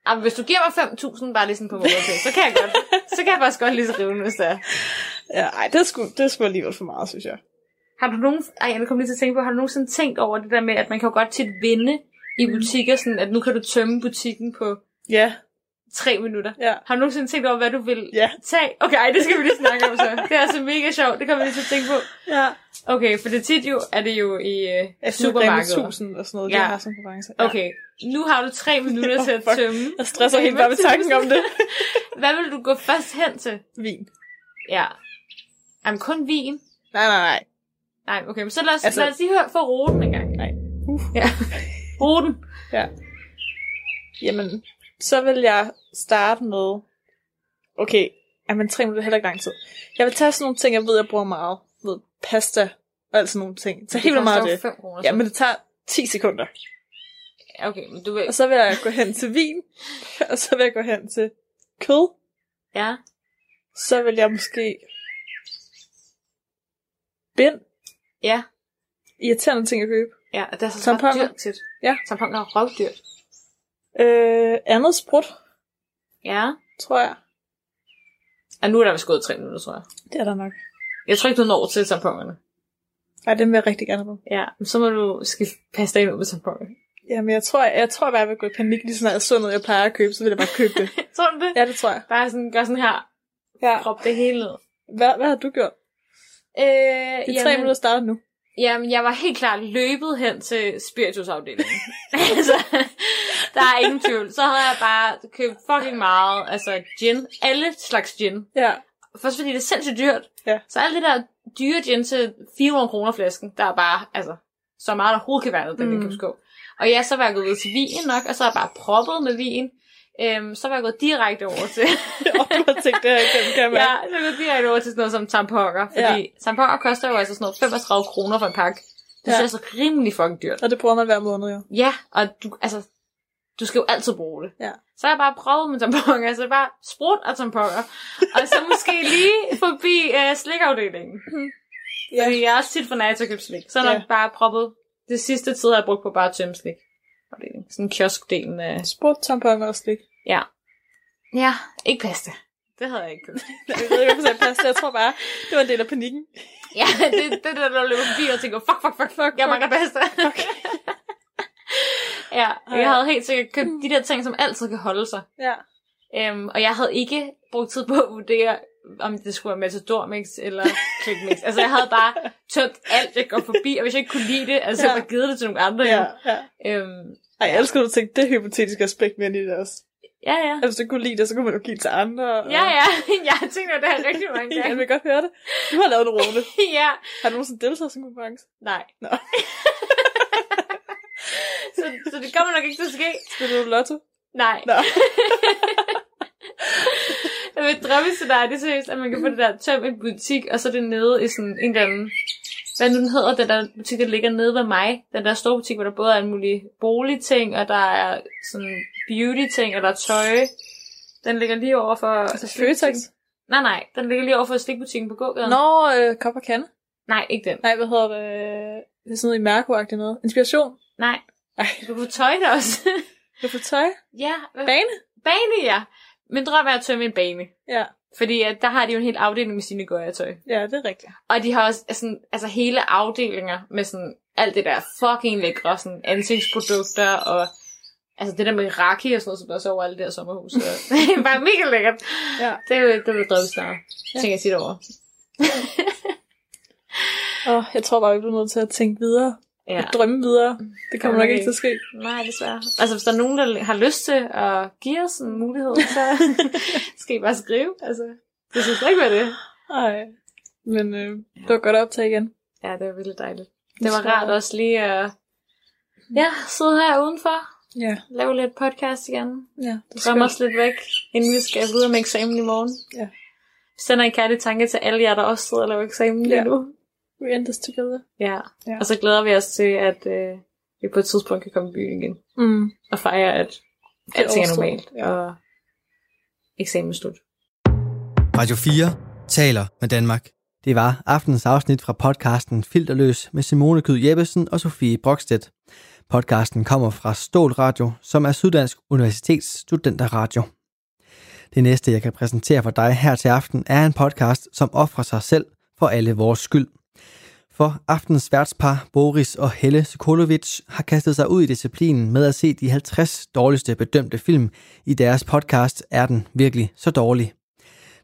S4: Jamen, hvis du giver mig 5.000 bare lige sådan på måneden, så kan jeg godt. Så kan jeg faktisk godt lige skrive den, hvis det er.
S3: Ja, ej, det er, sgu, det er sgu alligevel for meget, synes jeg.
S4: Har du nogen... Ej, jeg kom lige til at tænke på, har du nogensinde tænkt over det der med, at man kan jo godt tit vinde i butikker, sådan at nu kan du tømme butikken på
S3: Ja,
S4: tre minutter.
S3: ja.
S4: Har du nogensinde tænkt over, hvad du vil
S3: Ja.
S4: tage? Okay, ej, det skal vi lige snakke om så. Det er altså mega sjovt, det kommer vi lige til at tænke på.
S3: Ja.
S4: Okay, for det er tit jo, er det jo i øh,
S3: Jeg supermarkedet.
S4: supermarkedet.
S3: 1000 og sådan noget, ja.
S4: Ja.
S3: det har sådan en konkurrence. Ja.
S4: Okay, nu har du tre minutter til at
S3: Fuck.
S4: tømme.
S3: Jeg stresser helt bare ved tanken om det.
S4: Hvad vil du gå først hen til?
S3: Vin.
S4: Ja. Jamen, kun vin.
S3: Nej, nej, nej.
S4: Nej, okay, men så lad os,
S3: Altså-
S4: altså... lad os lige høre for roten en gang.
S3: Nej.
S4: Uh. Ja. roten.
S3: Ja. Jamen, så vil jeg starte med... Okay, jamen tre minutter er heller ikke lang tid. Jeg vil tage sådan nogle ting, jeg ved, jeg bruger meget. Jeg ved, pasta og alt sådan nogle ting. Så helt vildt meget af det.
S4: Ja,
S3: Jamen, det tager 10 sekunder.
S4: Okay, men du vil...
S3: Og så vil jeg gå hen til vin, og så vil jeg gå hen til kød.
S4: Ja.
S3: Så vil jeg måske... Bind.
S4: Ja.
S3: Irriterende ting at købe.
S4: Ja, og det er så
S3: Tamponer.
S4: så dyrt tit.
S3: Ja.
S4: Tamponer er røvdyrt.
S3: Øh, andet sprut,
S4: Ja.
S3: tror jeg.
S4: Og nu er der vist gået tre minutter, tror jeg.
S3: Det er der nok.
S4: Jeg tror ikke, du når til tamponerne.
S3: Ej, den vil jeg rigtig gerne på.
S4: Ja, men så må du skifte pasta ind ud med tamponerne.
S3: Jamen, jeg tror, jeg, jeg tror bare, jeg vil gå i panik lige så snart jeg så noget, jeg plejer at købe, så vil jeg bare købe det.
S4: Tror du det?
S3: ja, det tror jeg.
S4: Bare sådan, gør sådan her.
S3: Ja.
S4: Prop det hele ned.
S3: Hvad, hvad har du gjort?
S4: Øh,
S3: Det er tre minutter startet nu.
S4: Jamen, jeg var helt klart løbet hen til spiritusafdelingen. altså, der er ingen tvivl. Så havde jeg bare købt fucking meget, altså gin. Alle slags gin.
S3: Ja.
S4: Først fordi det er sindssygt dyrt.
S3: Ja.
S4: Så alt det der dyre gin til 400 kroner flasken, der er bare, altså, så meget der hovedet kan være ned, den
S3: Mm.
S4: mm. indkøbsskål. Og ja, så var jeg gået ud til vin nok, og så er jeg bare proppet med vin. Øhm, så var jeg gået direkte over til...
S3: Og du har tænkt det her igennem, kan jeg mærke.
S4: Ja, så går direkte over til sådan noget som tamponer. Fordi ja. tamponer koster jo altså sådan noget 35 kroner for en pakke. Det
S3: Ja.
S4: ja. er så rimelig fucking dyrt.
S3: Og det bruger man hver måned, jo.
S4: Ja, og du, altså, du skal jo altid bruge det.
S3: Ja.
S4: Så har jeg bare prøvet med tamponer, så bare sprut og tamponer. og så måske lige forbi øh, slikafdelingen.
S3: Ja.
S4: Ja. Fordi jeg er også tit for nær til at købe slik. Så har
S3: Ja.
S4: jeg nok bare proppet det sidste tid, har jeg brugt på bare at tømme slik. Sådan kioskdelen af...
S3: Sprut, tamponer og slik.
S4: Ja. Ja, ikke pasta. Det havde jeg ikke købt.
S3: Jeg ved ikke, hvorfor jeg sagde pasta. Jeg tror bare, det var en del af panikken.
S4: Ja, det, det er der, der løber forbi og tænker, fuck, fuck, fuck, fuck, jeg
S3: fuck.
S4: mangler pasta.
S3: Fuck.
S4: ja,
S3: Ej.
S4: jeg havde helt sikkert købt de der ting, som altid kan holde sig.
S3: Ja.
S4: Øhm, og jeg havde ikke brugt tid på at vurdere, om det skulle være matadormix eller klikmix. altså, jeg havde bare tømt alt, jeg går forbi, og hvis jeg ikke kunne lide det, altså,
S3: Ja.
S4: ja. jeg bare givet det til nogle andre.
S3: Ja,
S4: Ja.
S3: ja.
S4: Øhm,
S3: Ej, jeg elsker, at du tænkte det hypotetiske aspekt med ind i det også.
S4: ja, ja.
S3: Altså, hvis du ikke kunne lide det, så kunne man jo give det til andre. og-
S4: Ja, ja. Jeg har tænkt over det her rigtig mange
S3: Ja, jeg
S4: gange.
S3: vil godt høre det. Du har lavet en runde.
S4: ja.
S3: Har du nogensinde deltaget i sådan en konkurrence?
S4: Nej.
S3: Nå.
S4: så, så det kommer nok ikke til at ske.
S3: Spillede du lotto?
S4: Nej.
S3: Nå.
S4: Jeg vil drømme til dig, det er seriøst, at man kan få det der tøm i en butik, og så er det nede i sådan en eller anden... Hvad nu den hedder, den der butik, der ligger nede ved mig. Den der store butik, hvor der både er en mulig boligting, og der er sådan beauty-ting, og der er tøj. Den ligger lige over for...
S3: Altså, Føtex?
S4: Nej, nej, den ligger lige over for slikbutikken på gågaden.
S3: Nå, øh, kop og kande.
S4: Nej, ikke den.
S3: Nej, hvad hedder det? Det er sådan noget i mærkoagtigt noget. Inspiration?
S4: Nej,
S3: Ej,
S4: Du kan få tøj der også.
S3: du får tøj.
S4: ja, hvad-
S3: Bane?
S4: bane, ja. Min drøm er at tømme en bane.
S3: Ja,
S4: Fordi at der har de jo en hel afdeling med sine gøjertøj.
S3: ja, det er rigtigt.
S4: Og de har også sådan, altså hele afdelinger med sådan alt det der fucking lækre sådan ansigtsprodukter og altså det der med raki og sådan noget, som der også er over alle det her sommerhus. Og, det er bare mega lækkert.
S3: Ja.
S4: Det er jo det, der drømme snart. Ja. Tænker jeg tit over.
S3: Og jeg tror bare, vi bliver nødt til at tænke videre. Ja.
S4: Ja.
S3: Og drømme videre. Det kommer nok
S4: Okay.
S3: ikke til at ske.
S4: Nej, desværre. Altså hvis der er nogen, der har lyst til at give os en mulighed, så skal I bare skrive. Altså, det synes jeg ikke, hvad det er.
S3: Nej. Men øh, det var godt at optage igen.
S4: Ja, det var virkelig dejligt.
S3: Det
S4: Det var
S3: tror
S4: rart
S3: jeg.
S4: også lige at ja, sidde her udenfor,
S3: Ja.
S4: lave lidt podcast igen.
S3: Ja, det
S4: Drøm os lidt væk, inden vi skal videre med eksamen i morgen.
S3: Ja.
S4: Sender en kærlig tanke til alle jer, der også sidder og laver eksamen lige
S3: Ja.
S4: nu.
S3: We end this together.
S4: Ja.
S3: Ja.
S4: ja. Og så glæder vi os til, at øh, vi på et tidspunkt kan komme i byen igen.
S3: Mm.
S4: Og fejre, at alting er
S3: overstået.
S4: normalt.
S3: Ja.
S4: Og eksamen er slut.
S1: Radio 4 taler med Danmark. Det var aftenens afsnit fra podcasten Filterløs med Simone Kyd Jeppesen og Sofie Brokstedt. Podcasten kommer fra Stål Radio, som er Syddansk Universitets studenterradio. Det næste, jeg kan præsentere for dig her til aften, er en podcast, som offrer sig selv for alle vores skyld. For aftens værtspar Boris og Helle Sokolovic har kastet sig ud i disciplinen med at se de 50 dårligste bedømte film i deres podcast Er den virkelig så dårlig?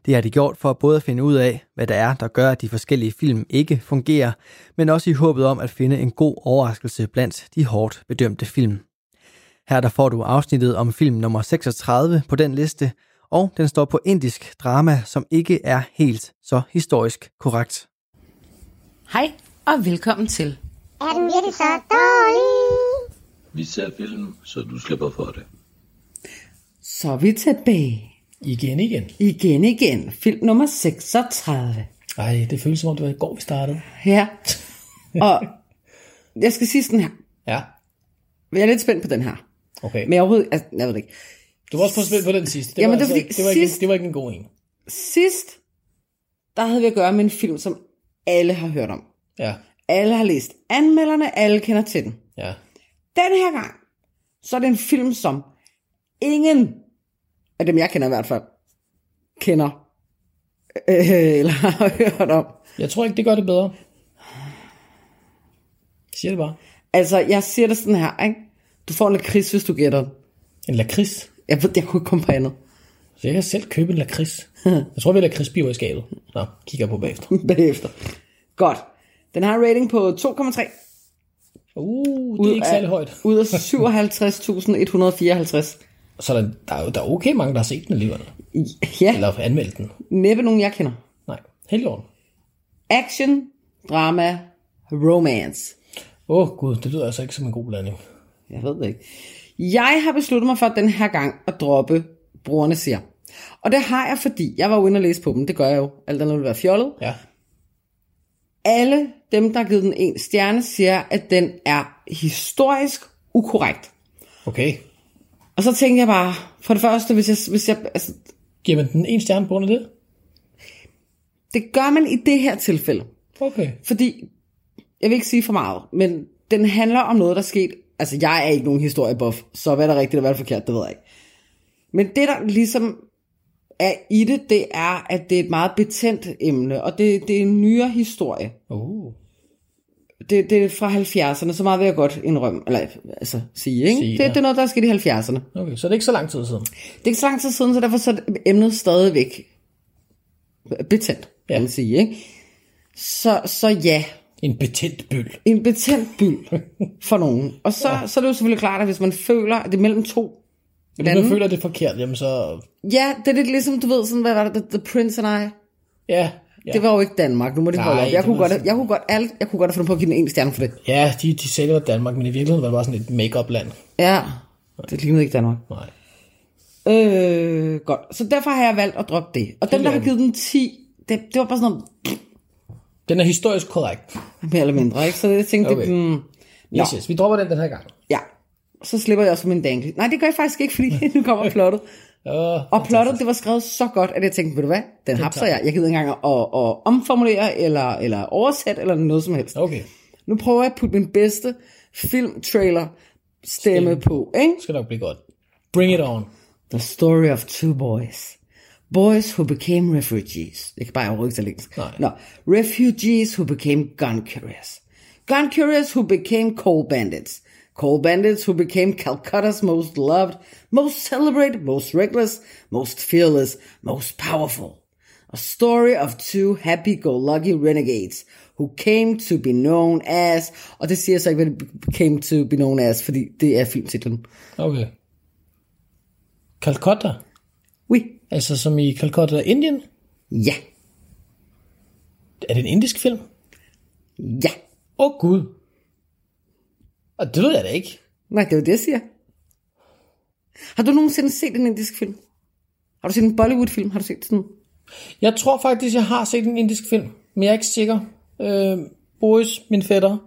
S1: Det har de gjort for både at finde ud af, hvad der er, der gør, at de forskellige film ikke fungerer, men også i håbet om at finde en god overraskelse blandt de hårdt bedømte film. Her der får du afsnittet om film nummer 36 på den liste, og den står på indisk drama, som ikke er helt så historisk korrekt.
S5: Hej og velkommen til.
S6: Er den virkelig så dårlig?
S2: Vi ser film, så du slipper for det.
S5: Så er vi tilbage.
S7: Igen, igen.
S5: Igen igen. Film nummer 36.
S7: Ej, det føles som om, det var i går, vi startede.
S5: Ja. Og jeg skal sige sådan her.
S7: Ja,
S5: Jeg er lidt spændt på den her.
S7: okay.
S5: Men jeg overhovedet, altså, jeg ved det ikke.
S7: Du var også på spil på den sidste. Det,
S5: Jamen,
S7: var, altså
S5: det er fordi
S7: ikke- det, var ikke,
S5: sidst-
S7: det var ikke en god en.
S5: Sidst, der havde vi at gøre med en film, som alle har hørt om.
S7: Ja,
S5: Alle har læst anmelderne, alle kender til den.
S7: ja.
S5: Den her gang, så er det en film, som ingen af dem, jeg kender i hvert fald, kender øh, eller har hørt om.
S7: Jeg tror ikke, det gør det bedre. Jeg siger det bare.
S5: Altså, jeg siger det sådan her, ikke? Du får en lakrids, hvis du gætter den.
S7: En lakrids.
S5: Jeg ved, jeg kunne ikke komme på andet
S7: Så jeg kan selv købe en lakrids. Jeg tror, vi har lakridspiver i skabet. Nå, kigger jeg på bagefter.
S5: bagefter. Godt. Den har en rating på 2,3
S7: Uh, det
S5: Ud
S7: er ikke
S5: af-
S7: særlig højt.
S5: ud af 57.154.
S7: Så er der, der, er jo, der er okay mange, der har set den alligevel.
S5: Ja,
S7: Eller anmeldt den.
S5: næppe nogen, jeg kender.
S7: Nej, helt i orden.
S5: Action, drama, romance.
S7: Åh oh, gud, det lyder altså ikke som en god blanding.
S5: Jeg ved det ikke. Jeg har besluttet mig for den her gang at droppe brugerne siger. Og det har jeg, fordi jeg var ude og læse på dem. Det gør jeg jo. Alt andet ville være fjollet.
S7: Ja,
S5: alle dem, der har givet den en stjerne, siger, at den er historisk ukorrekt.
S7: okay.
S5: Og så tænkte jeg bare, for det første, hvis jeg, hvis jeg, altså,
S7: Giver man den en stjerne på grund af det?
S5: det gør man i det her tilfælde.
S7: Okay.
S5: Fordi, jeg vil ikke sige for meget, men den handler om noget, der skete. Altså, jeg er ikke nogen historiebuff, så hvad er der rigtigt og hvad er der forkert, det ved jeg ikke. Men det, der ligesom er i det, det er, at det er et meget betændt emne, og det, det er en nyere historie.
S7: Uh,
S5: det, det er fra 70'erne, så meget vil jeg godt indrømme, eller altså sige, ikke?
S7: Sige,
S5: Sige, det,
S7: ja.
S5: det er noget, der er sket i 70'erne.
S7: okay, så er det ikke så lang tid siden.
S5: Det er ikke så lang tid siden, så derfor så er emnet stadigvæk betændt, ja.
S7: Ja.
S5: kan man sige, ikke? Så, så ja,
S7: En betændt byld.
S5: en betændt byld for nogen. Og så, ja. så er det jo selvfølgelig klart, at hvis man føler, at det er mellem to
S7: Hvis
S5: lande.
S7: man føler, det er forkert, jamen så...
S5: Ja, det er lidt ligesom, du ved, sådan, hvad var det, The, the Prince and I?
S7: Ja, ja.
S5: Ja. Det var jo ikke Danmark, nu må det
S7: Nej,
S5: holde op. Jeg
S7: det
S5: kunne,
S7: var
S5: godt, jeg, kunne godt, alt, jeg kunne godt have fundet på at give den en stjerne for det.
S7: ja de, de sagde, det var Danmark, men i virkeligheden var det bare sådan et make-up land.
S5: Ja, det lignede ikke Danmark.
S7: Nej.
S5: Øh, godt. Så derfor har jeg valgt at droppe det. Og dem, der har givet den 10, det, det var bare sådan noget,
S7: Den er historisk korrekt.
S5: mere eller mindre, ikke? Så jeg tænkte, okay.
S7: Okay.
S5: det, mm,
S7: Yes, yes, vi dropper den den her gang.
S5: ja, så slipper jeg også min dangle. Nej, det gør jeg faktisk ikke, fordi nu kommer plottet.
S7: Uh,
S5: Og plottet, det var skrevet så godt, at jeg tænkte, ved du hvad, den hapser jeg. Jeg gider ikke engang at, at omformulere, eller, eller oversætte, eller noget som helst.
S7: okay.
S5: Nu prøver jeg at putte min bedste filmtrailer stemme på, ikke?
S7: Det skal nok blive godt. Bring it on.
S5: The Story of Two Boys. Boys who became refugees. Det kan bare overhovedet ikke så engelsk.
S7: Nej.
S5: No. Refugees who became gun curious. Gun curious who became coal bandits. Coal bandits who became Calcutta's most loved, most celebrated, most reckless, most fearless, most powerful. A story of two happy-go-lucky renegades who came to be known as... oh, Og det siger jeg så ikke, hvad det came to be known as, fordi det er filmtitlen.
S7: Okay. Calcutta?
S5: Oui.
S7: Altså som i Calcutta, Indien?
S5: Ja.
S7: Er det en indisk film?
S5: Ja.
S7: Åh oh, gud. Og det ved jeg da ikke.
S5: Nej, det er jo det, jeg siger. Har du nogensinde set en indisk film? Har du set en Bollywood-film? Har du set sådan...
S7: Jeg tror faktisk, jeg har set en indisk film, men jeg er ikke sikker. Øh, Boris, min fætter,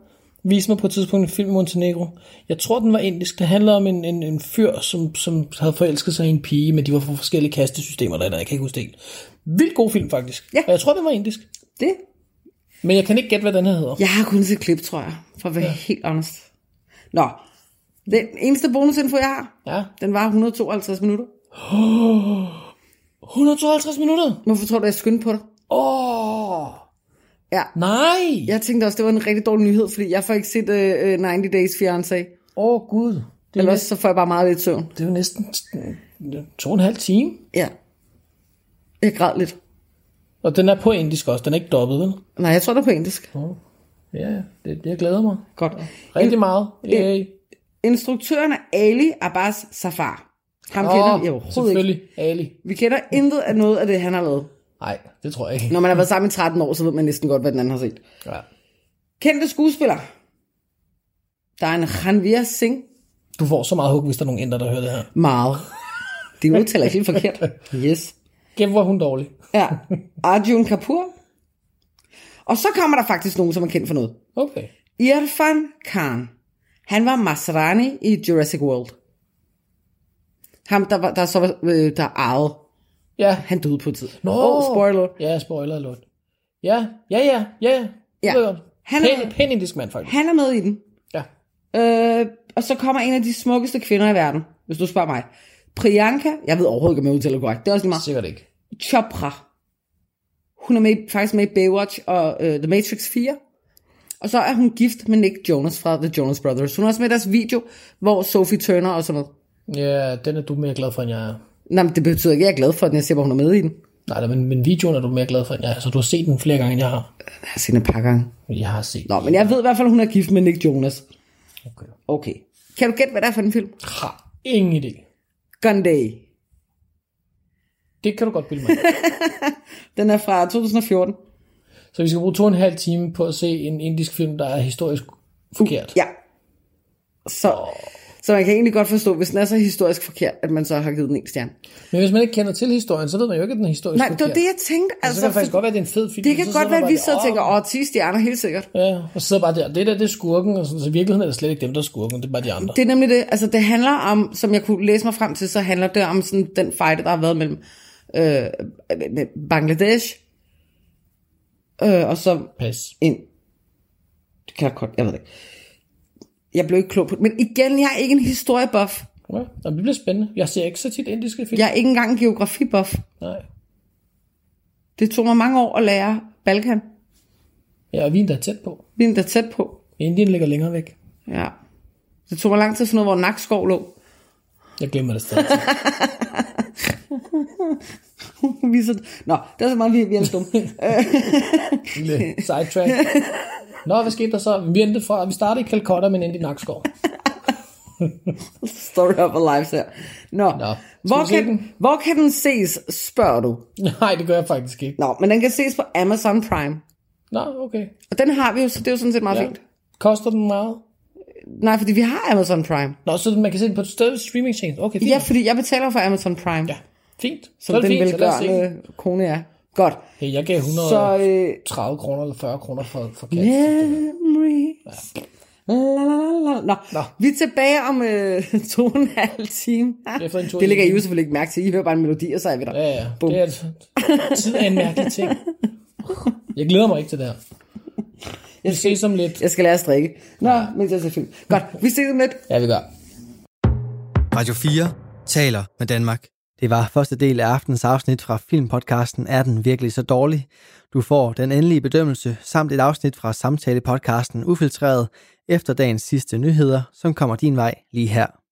S7: viste mig på et tidspunkt en film i Montenegro. Jeg tror, den var indisk. Det handler om en, en, en fyr, som, som havde forelsket sig i en pige, men de var fra forskellige kastesystemer, eller, eller jeg kan ikke huske det helt. Vildt god film, faktisk.
S5: Ja.
S7: Og jeg tror, den var indisk.
S5: Det?
S7: Men jeg kan ikke gætte, hvad den her hedder.
S5: Jeg har kun set klip, tror jeg. For at være ja. helt honest. Nå. Den eneste bonusinfo, jeg har,
S7: Ja.
S5: den var 152 minutter.
S7: 152 minutter.
S5: Hvorfor tror du, jeg skyndte på dig?
S7: Åh, oh,
S5: Ja.
S7: nej. Åh,
S5: Jeg tænkte også, det var en rigtig dårlig nyhed, fordi jeg får ikke set uh, 90 Days Fiancé.
S7: oh, gud. Det er,
S5: Ellers
S7: næsten,
S5: så får jeg bare meget lidt søvn.
S7: det er jo næsten øh, to og en halv time.
S5: Ja. Jeg græd lidt.
S7: Og den er på indisk også. Den er ikke dobbelt, vel?
S5: Nej, jeg tror, det er på indisk.
S7: Ja, det, jeg glæder mig.
S5: Godt.
S7: Rigtig meget. Yay.
S5: Instruktøren er Ali Abbas Safar. Ham oh,
S7: Åh,
S5: kender vi overhovedet ikke.
S7: selvfølgelig. Ali.
S5: Vi kender intet af noget af det, han har lavet.
S7: Nej, det tror jeg ikke.
S5: Når man har været sammen i 13 år, så ved man næsten godt, hvad den anden har set.
S7: Ja.
S5: Kendte skuespiller. Der er en Ranveer Singh.
S7: Du får så meget hug, hvis der er nogen indre, der hører det her.
S5: Meget. Det udtaler jeg helt forkert. Yes.
S7: Gæt, hvor er hun dårlig.
S5: Ja. Arjun Kapoor. Og så kommer der faktisk nogen, som er kendt for noget.
S7: Okay.
S5: Irfan Khan. Han var Masrani i Jurassic World. Ham, der, var, der så var, øh, der ejede.
S7: Ja.
S5: Han døde på et tid. Oh, spoiler.
S7: Ja, spoiler alert. Ja, ja, ja, ja.
S5: Ja.
S7: ja. Han
S5: Han
S7: er... Pæn,
S5: er-
S7: pæn indisk mand, faktisk.
S5: Han er med i den.
S7: Ja.
S5: Øh, og så kommer en af de smukkeste kvinder i verden, hvis du spørger mig. Priyanka, jeg ved overhovedet ikke, om jeg udtaler det korrekt. Det er også lige meget.
S7: Sikkert ikke.
S5: Chopra. Hun er med, i- faktisk med i Baywatch og øh, The Matrix 4. Og så er hun gift med Nick Jonas fra The Jonas Brothers. Hun er også med i deres video, hvor Sophie Turner og sådan noget.
S7: Ja, den er du mere glad for, end jeg er.
S5: Nå, men det betyder ikke, at jeg er glad for den. Jeg ser, hvor hun er med i den.
S7: Nej, da, men, men videoen er du mere glad for, end jeg er. Så du har set den flere gange, end jeg har.
S5: Jeg har set den et par gange.
S7: Jeg har set
S5: Nå, men jeg ved i hvert fald, at hun er gift med Nick Jonas.
S7: Okay.
S5: Okay. Kan du gætte, hvad det er for en film?
S7: Har ingen idé.
S5: Gun Day.
S7: Det kan du godt bilde mig. ind.
S5: Den er fra 2014.
S7: så vi skal bruge to og en halv time på at se en indisk film, der er historisk forkert.
S5: Ja. Så, så man kan egentlig godt forstå, hvis den er så historisk forkert, at man så har givet den en stjerne.
S7: Men hvis man ikke kender til historien, så ved man jo ikke, at den er historisk
S5: Nej, det
S7: forkert.
S5: var det, jeg tænkte.
S7: så
S5: Altså,
S7: kan det faktisk
S5: for-
S7: godt være, at det er en fed film.
S5: det
S7: men
S5: kan
S7: så
S5: godt
S7: sidder man
S5: være, at
S7: bare
S5: vi
S7: der,
S5: sidder og tænker,
S7: "Åh."
S5: åh, 10 stjerner, helt sikkert.
S7: Ja, og så sidder bare der, det der, det er skurken, og sådan, så i virkeligheden er det slet ikke dem, der er skurken, det er bare de andre.
S5: Det er nemlig det. Altså, det handler om, som jeg kunne læse mig frem til, så handler det om sådan, den fight, der har været mellem øh, med Bangladesh øh, og så
S7: Pas.
S5: ind. Det kan jeg godt, jeg ved det ikke. Jeg blev ikke klog på det. Men igen, jeg er ikke en historiebuff.
S7: Ja, og det bliver spændende. Jeg ser ikke så tit indiske film.
S5: Jeg er ikke engang en geografibuff.
S7: Nej.
S5: Det tog mig mange år at lære Balkan.
S7: Ja, og vi er endda tæt på.
S5: Vi er endda tæt på.
S7: Indien ligger længere væk.
S5: Ja. Det tog mig lang tid at finde ud af, hvor Nakskov lå.
S7: Jeg glemmer det stadig.
S5: vi er så... Nå, det er så meget, vi, vi er lidt dumme.
S7: Lille sidetrack. Nå, hvad skete der så? Vi endte fra, vi startede i Calcutta, men endte i Nakskov.
S5: Story of our lives her. Nå,
S7: Nå, skal
S5: hvor,
S7: vi se
S5: kan,
S7: den?
S5: den? hvor kan den ses, spørger du?
S7: Nej, det gør jeg faktisk ikke.
S5: Nå, men den kan ses på Amazon Prime.
S7: Nå, okay.
S5: Og den har vi jo, så det er jo sådan set meget
S7: Ja.
S5: fint.
S7: Koster den meget?
S5: Nej, fordi vi har Amazon Prime.
S7: Nå, så man kan se den på et sted streaming tjeneste. Okay, fint.
S5: Ja, fordi jeg betaler for Amazon Prime. Ja,
S7: Fint. Så
S5: som
S7: er det
S5: den
S7: fint, så lad os se den.
S5: velgørende kone er. Godt.
S7: Hey, jeg gav 130
S5: Så, øh,
S7: kroner eller 40 kroner for, for kat.
S5: Memories. La, la, la, la. Nå,
S7: Nå.
S5: Nå, vi er tilbage om øh, to og en halv time.
S7: Efter en tur i
S5: det lægger I
S7: bilen.
S5: jo selvfølgelig ikke mærke til. I hører bare en melodi, og så er vi der.
S7: Ja, ja.
S5: Bum.
S7: Det er, tid er en mærkelig ting. Jeg glæder mig ikke til det her. Vi ses om lidt.
S5: Jeg skal lære at strikke. Nå, mens jeg ser film. Godt, vi ses om lidt.
S7: Ja, vi gør.
S1: Radio 4 taler med Danmark. Det var første del af aftens afsnit fra filmpodcasten Er den virkelig så dårlig? Du får den endelige bedømmelse samt et afsnit fra samtalepodcasten Ufiltreret efter dagens sidste nyheder, som kommer din vej lige her